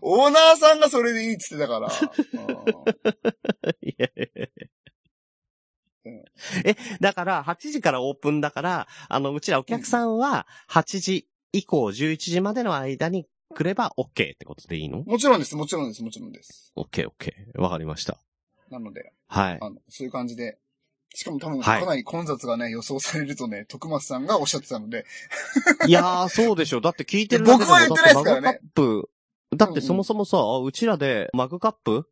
S4: オーナーさんがそれでいいって言っ
S3: [LAUGHS]
S4: てたから。
S3: いやいやいやえ、だから、8時からオープンだから、あの、うちらお客さんは、8時以降、11時までの間に来れば OK ってことでいいの
S4: うんもちろんです、もちろんです、もちろんです。
S3: ?OK、OK。わかりました。
S4: なので、 [LAUGHS]
S3: はい。
S4: あの、そういう感じで。しかも多分、
S3: はい
S4: かなり混雑がね、予想されるとね、徳松さんがおっしゃってたので、
S3: いやー、そうでしょ。だって聞いてる
S4: 僕は言ってないですからね
S3: だってマグカップ、だってそもそもさ、うちらでマグカップ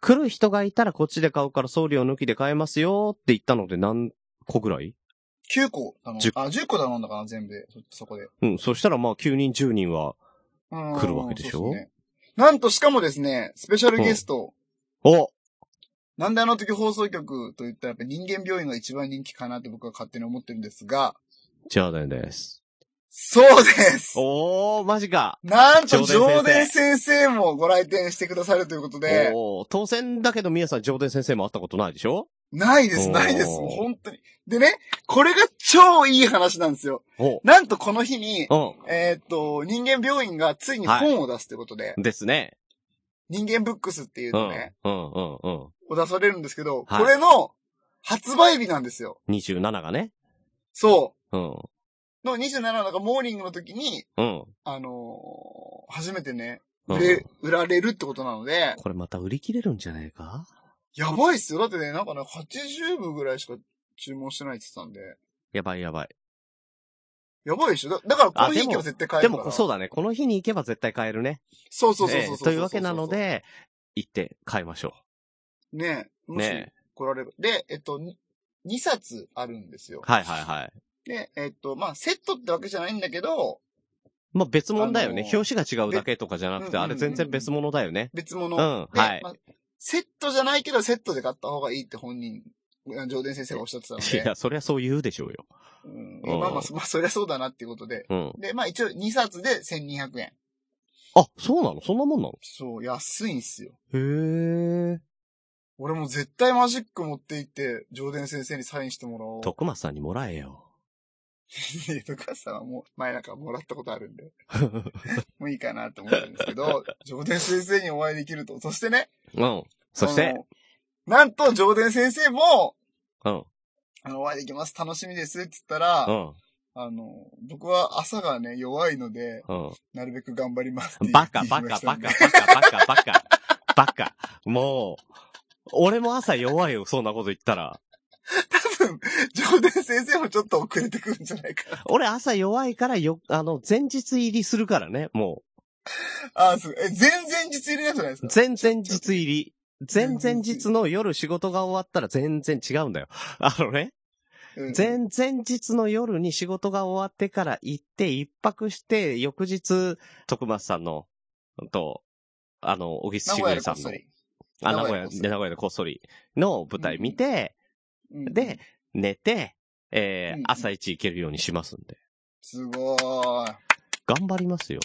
S3: 来る人がいたらこっちで買うから送料抜きで買えますよって言ったので何個ぐらい
S4: 9個頼ん
S3: 10
S4: あ、10個頼んだかな、全部で、そそこで。
S3: うん、そしたらまあ9人10人は、
S4: 来
S3: 来るわけでしょ
S4: なんと、しかもですね、スペシャルゲスト、
S3: お
S4: なんであの時放送局といったらやっぱ人間病院が一番人気かなって僕は勝手に思ってるんですが、
S3: ジョーデンです。
S4: そうです
S3: おー、マジか。
S4: なんと、
S3: ジョ
S4: 上
S3: ーデ
S4: 田
S3: ン
S4: 先生もご来店してくださるということで、
S3: おー、当然だけど、みやさん、ジョーデン先生も会ったことないでしょ
S4: ないです、
S3: おー
S4: ないです、もう本当に。でね、これが超いい話なんですよ。
S3: お
S4: なんとこの日に、
S3: う
S4: えーっと、人間病院がついに本を出すということで、
S3: ん。ですね。
S4: 人間ブックスっていう
S3: うん。うん
S4: のね、、
S3: うん、うん。
S4: を出されるんですけど、
S3: はい
S4: これの発売日なんですよ。
S3: 27がね。
S4: そ
S3: うん。
S4: う。の27なんかモーニングの時に、
S3: うん。
S4: あのー初めてね、
S3: うん
S4: 売れ、売られるってことなので、
S3: これまた売り切れるんじゃないか
S4: やばいっすよ。だってね、なんかね、80部ぐらいしか注文してないって言ってたんで、
S3: やばいやばい。
S4: やばいでしょだだから、この日
S3: あでも
S4: 行けば絶対買え
S3: で
S4: るから。
S3: も、そうだね。この日に行けば絶対買えるね。
S4: そうそうそうそ
S3: え
S4: うそう
S3: えというわけなの。で、行って買いましょ
S4: ねえ、
S3: う。
S4: もし
S3: ね
S4: 来られる。で、えっと、2冊あるんですよ。
S3: はいはいはい。
S4: で、えっと、まあ、セットってわけじゃないんだけど、
S3: まあ、別物だよね
S4: あ。の
S3: 表紙が違うだけとかじゃなく
S4: べ
S3: て、あれ全然別物だよね。
S4: 別物。
S3: うん
S4: で
S3: はい
S4: まあセットじゃないけど、セットで買った方がいいって本人、上田先生がおっしゃってたの
S3: い
S4: で、
S3: や、そりゃそう言うでしょうよ。
S4: うん
S3: うん
S4: まあまあ、そまあ、 [LAUGHS] そりゃそうだなっていうことで。
S3: うん。
S4: で、まあ一応2冊で1200円。
S3: あ、そうなのそんなもんな
S4: そう、安いんすよ。
S3: のへえ。
S4: 俺もう絶対マジック持って行って、上田先生にサインしてもらおう。
S3: 徳松さんにもらえよ。
S4: いや徳橋さんはもう前なんかもらったことある
S3: [LAUGHS]
S4: んで、もういいかなと思ったんですけど、上田先生にお会いできると。そしてね、
S3: うん。そして
S4: あ、の、なんと上田先生も、
S3: うん。
S4: あの、お会いできます。楽しみです。って言ったら、
S3: うん。
S4: あの、僕は朝がね、弱いので、
S3: う
S4: なるべく頑張りますって
S3: ん。
S4: 言
S3: バカ
S4: 言い
S3: バ
S4: ま
S3: カ
S4: した
S3: バ
S4: ん
S3: カ
S4: で
S3: バカバカバカ。バカ。もう、俺も朝弱いよ、そんなこと言ったら。
S4: 多分、 [LAUGHS] 上田先生もちょっと遅れてくるんじゃないかな。
S3: 俺朝弱いからよ、あの、前日入りするからね、も
S4: あー、そう。え、前々日入りなんじゃないです
S3: う。
S4: か
S3: 前々日入り。前々日の夜仕事が終わったら全然違うんだよ。あのね。
S4: うん
S3: 前、前日の夜に仕事が終わってから行って、一泊して、翌日、徳松さんの、と、あの、小木
S4: 名
S3: し
S4: 古
S3: ぐ
S4: 屋
S3: れ
S4: で
S3: さ
S4: こっ
S3: んの
S4: そ、り。
S3: あ、名
S4: 名古
S3: 古
S4: 屋
S3: 屋、
S4: でこっそり
S3: 名古屋でこっそりの舞台見て、
S4: うん
S3: で、寝て、えー
S4: うんうん、
S3: 朝一行けるようにしますんで。
S4: すごーい。
S3: 頑張りますよ。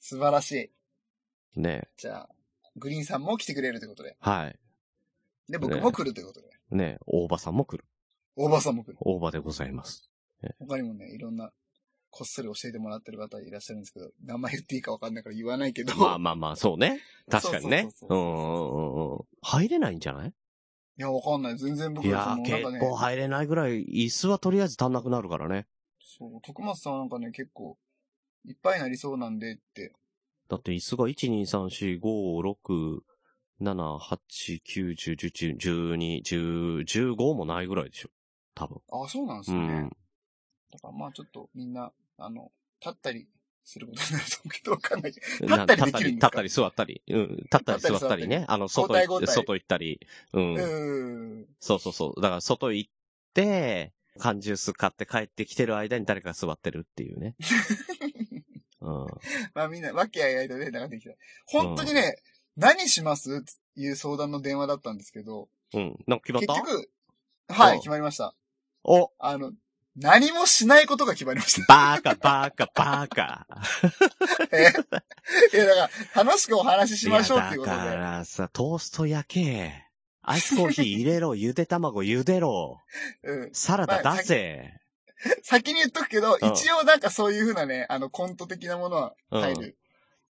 S4: 素晴らしい。
S3: ね
S4: じゃあ、グリーンさんも来てくれるということで。
S3: はい。
S4: で、僕も来るということで。
S3: ね大場さんも来る。
S4: 大場さんも来る。
S3: 大場でござい
S4: [LAUGHS]
S3: ます。
S4: 他にもね、いろんな、こっそり教えてもらってる方いらっしゃるんですけど、名前言っていいかわかんないから言わないけど。
S3: まあまあまあ、そうね。確かにね。
S4: そう
S3: う
S4: そうん
S3: う
S4: そ
S3: んうんうん。入れないんじゃない
S4: いや、わかんない。全然僕
S3: い
S4: そ
S3: や
S4: の
S3: ー、
S4: なんか
S3: 結
S4: ね、
S3: 構入れないぐらい、椅子はとりあえず足んなくなるからね。
S4: そう、徳松さんはなんかね、結構、いっぱいになりそうなんでって。
S3: だって椅子が1、2、3、4、5、6、7、8、9、10、11、12、10、15もないぐらいでしょ。多分。
S4: あ、そうなんです
S3: う
S4: よね。
S3: ん。
S4: だからまあちょっとみんな、あの、立ったりすることになると思うけど、わかんないけど。立ったりできるんです
S3: 立
S4: か
S3: ったり座ったり。うん。立ったり座ったりね。あの、外
S4: 交代
S3: 行
S4: 交
S3: って、
S4: 代
S3: 外行ったり。うん。
S4: うーん。
S3: そうそうそう。だから外行って、缶ジュース買って帰ってきてる間に誰かが座ってるっていう
S4: [LAUGHS]
S3: ね。うん。
S4: まあみんな、わけあいあいとね、流れてきた。本当にね、何しますっていう相談の電話だったんですけど、
S3: うん。なんか決まった
S4: 結局、は
S3: うん
S4: い、決まりました。
S3: お
S4: あの、何もしないことが決まりまし
S3: バーカ、バーカ、バーカ。[LAUGHS]
S4: た。えいや、だから、楽しくお話ししましょうっていうこと
S3: いやだか
S4: で。
S3: らさ、トースト焼け。アイスコーヒー入れろ、 [LAUGHS] ゆで卵茹でろ、
S4: うん。
S3: サラダ出せ。
S4: 先に言っとくけど、
S3: うん
S4: 一応なんかそういうふうなね、あの、コント的なものは入る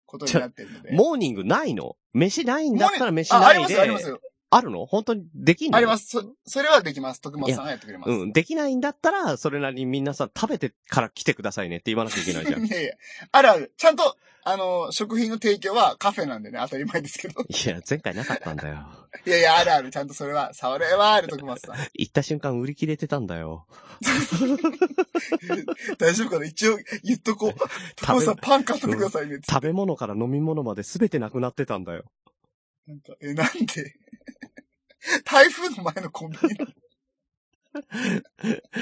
S4: ことになってるので。
S3: モーニングないの飯ないんだったら飯
S4: あ、あ
S3: な
S4: り
S3: い
S4: ま
S3: で。
S4: すよ、ありますよ。
S3: あるの本当にできんの
S4: あります。そ、それはできます。徳松さんがやってくれます。
S3: うん。できないんだったら、それなりにみんなさ、食べてから来てくださいねって言わなきゃいけないじゃ
S4: [LAUGHS]
S3: ん。い
S4: いやいや。あるある。ちゃんと、あの、食品の提供はカフェなんでね、当たり前ですけど。
S3: や、前回なかったんだよ。
S4: いやいや、あるある。ちゃんとそれは、それはある、徳松さん。
S3: 行った瞬間売り切れてたんだよ。
S4: 大丈夫かな一応、言っとこう。徳松さん、パン買ってくださいね。つっ
S3: 食
S4: て
S3: べ物から飲み物まで全てなくなってたんだよ。
S4: なんか、え、なんで [LAUGHS] 台風の前のコンビ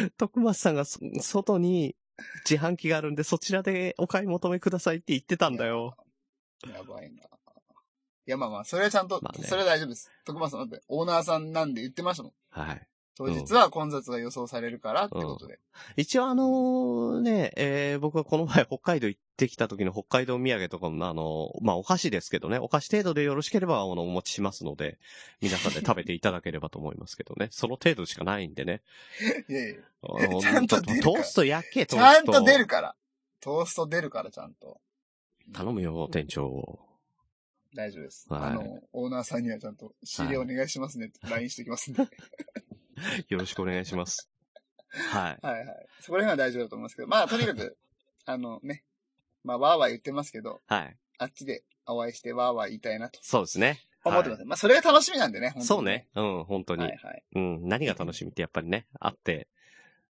S4: ニ
S3: 徳松さんがそ外に自販機があるんで、そちらでお買い求めくださいって言ってたんだよ。
S4: やばいな。いや、まあまあ、それはちゃんと、
S3: まあね
S4: それは大丈夫です。徳松さんだって、オーナーさんなんで言ってましたもん。
S3: はい。
S4: 当日は混雑が予想されるからってことで。
S3: 一応あのね、えー僕はこの前北海道行ってきた時の北海道土産とかも、あのまあ、お菓子ですけどね、お菓子程度でよろしければ、あの、お持ちしますので、皆さんで食べていただければと思いますけどね。 [LAUGHS] その程度しかないんでね。
S4: いやいや、
S3: あの
S4: [LAUGHS] ちゃんと出るか
S3: ト
S4: ら
S3: ースト焼け、ト
S4: ち
S3: ー
S4: ゃ
S3: ス
S4: ん
S3: ト。
S4: と出るから。トースト出るから、ちゃんと。
S3: 頼むよ、店長。
S4: 大丈夫です。
S3: はい
S4: あの、オーナーさんにはちゃんと、仕入れお願いしますねって LINE してきます
S3: [LAUGHS]
S4: んで。
S3: よろしくお願いします。はい。
S4: はいはい。そこら辺は大丈夫だと思いますけど、まあ、とに
S3: [LAUGHS]
S4: かく、あのね、まあ、わーわー言ってますけど、
S3: はい。
S4: あっちでお会いしてわーわー言いたいなと
S3: そうですね。
S4: 思ってます。まあ、それが楽しみなんでね、本当に
S3: そうね。。うん、本当に。
S4: はいはい。
S3: うん、何が楽しみってやっぱりね、あって、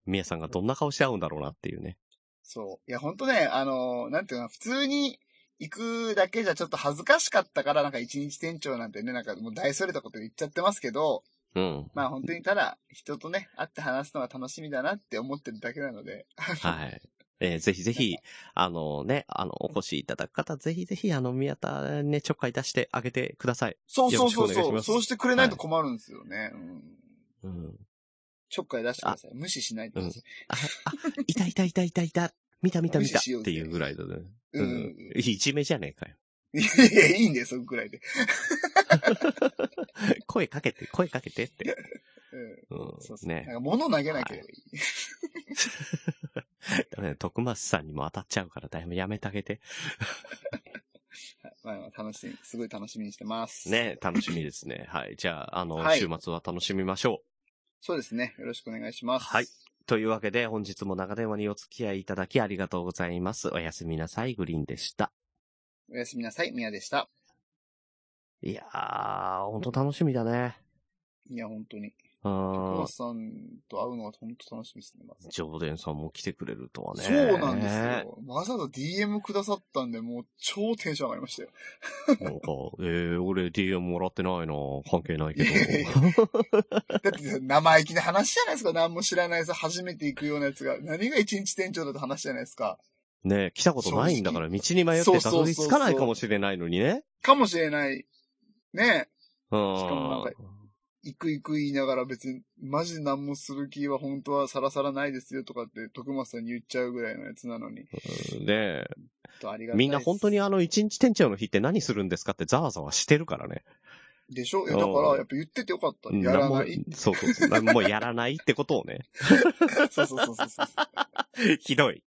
S3: みやさんがどんな顔して会うんだろうなっていうね。
S4: そう。いや、ほんとね、あのーなんていうの、普通に行くだけじゃちょっと恥ずかしかったから、なんか一日店長なんてね、なんかもう大それたこと言っちゃってますけど、
S3: うん。
S4: まあ本当にただ、人とね、会って話すのが楽しみだなって思ってるだけなので、
S3: はい。えーぜひぜひ、あのね、あの、お越しいただく方、ぜひぜひ、あの、宮田ね、ちょっかい出してあげてください。
S4: そうそうそ
S3: よろ
S4: う
S3: しくお願い
S4: そ
S3: し
S4: う、
S3: ます
S4: そうしてくれないと困るんですよね。うん
S3: うん。
S4: ちょっかい出してください。無視しないでください。
S3: あ、あ、いたいたいたいたいた。見た見た見た。
S4: 無
S3: っ
S4: 視しようぜ
S3: ていうぐらいだね。
S4: うん [LAUGHS]
S3: いじめじゃねえかよ。
S4: いやいや、いいんだよ、そのくらいで。
S3: 声かけて、声かけてって。
S4: うん、
S3: うん。
S4: そうそう。なん
S3: ね。
S4: か物投げなければいい。
S3: だからね徳松さんにも当たっちゃうから、だいぶやめてあげて。
S4: まあまあ、楽しみ、すごい楽しみにしてます。。
S3: ね、楽しみですね。 [LAUGHS] はい。じゃあ、あの、
S4: はい
S3: 週末は楽しみましょう。
S4: そうですね。よろしくお願いします。
S3: はい。というわけで、本日も長電話にお付き合いいただきありがとうございます。おやすみなさい、グリーンでした。
S4: おやすみなさい。みやでした。
S3: いやー、ほんと楽しみだね。
S4: いや、本当に。久
S3: あ
S4: 保さんと会うのは本当楽しみですね、まず
S3: ー、常連さんも来てくれるとはね。
S4: そうなんですよ。わざわざ DM くださったんで、もう超テンション上がりましたよ。
S3: なんか、えー、俺 DM もらってないな関係ないけど
S4: いやいやい。 [LAUGHS] だって生意気な話じゃないですか。何も知らないさ、初めて行くようなやつが。何が一日店長だって話じゃないですか。
S3: ね来たことないんだから、道に迷っ
S4: そ
S3: て
S4: う
S3: た
S4: そ
S3: ど
S4: うそうそう
S3: り着かないかもしれないのにね。
S4: かもしれない。ねえ。
S3: うん。
S4: しかもなんか行く行く言いながら別に、マジで何もする気は本当はさらさらないですよとかって、徳松さんに言っちゃうぐらいのやつなのに。
S3: うんね
S4: とありがたいです
S3: みんな本当にあの一日店長の日って何するんですかってざわざわしてるからね。
S4: でしょいやだから、やっぱ言っててよかった。やらない。
S3: んもそうそうそう。もうやらないってことをね。
S4: [LAUGHS] そうそうそうそうそう。
S3: ひどい。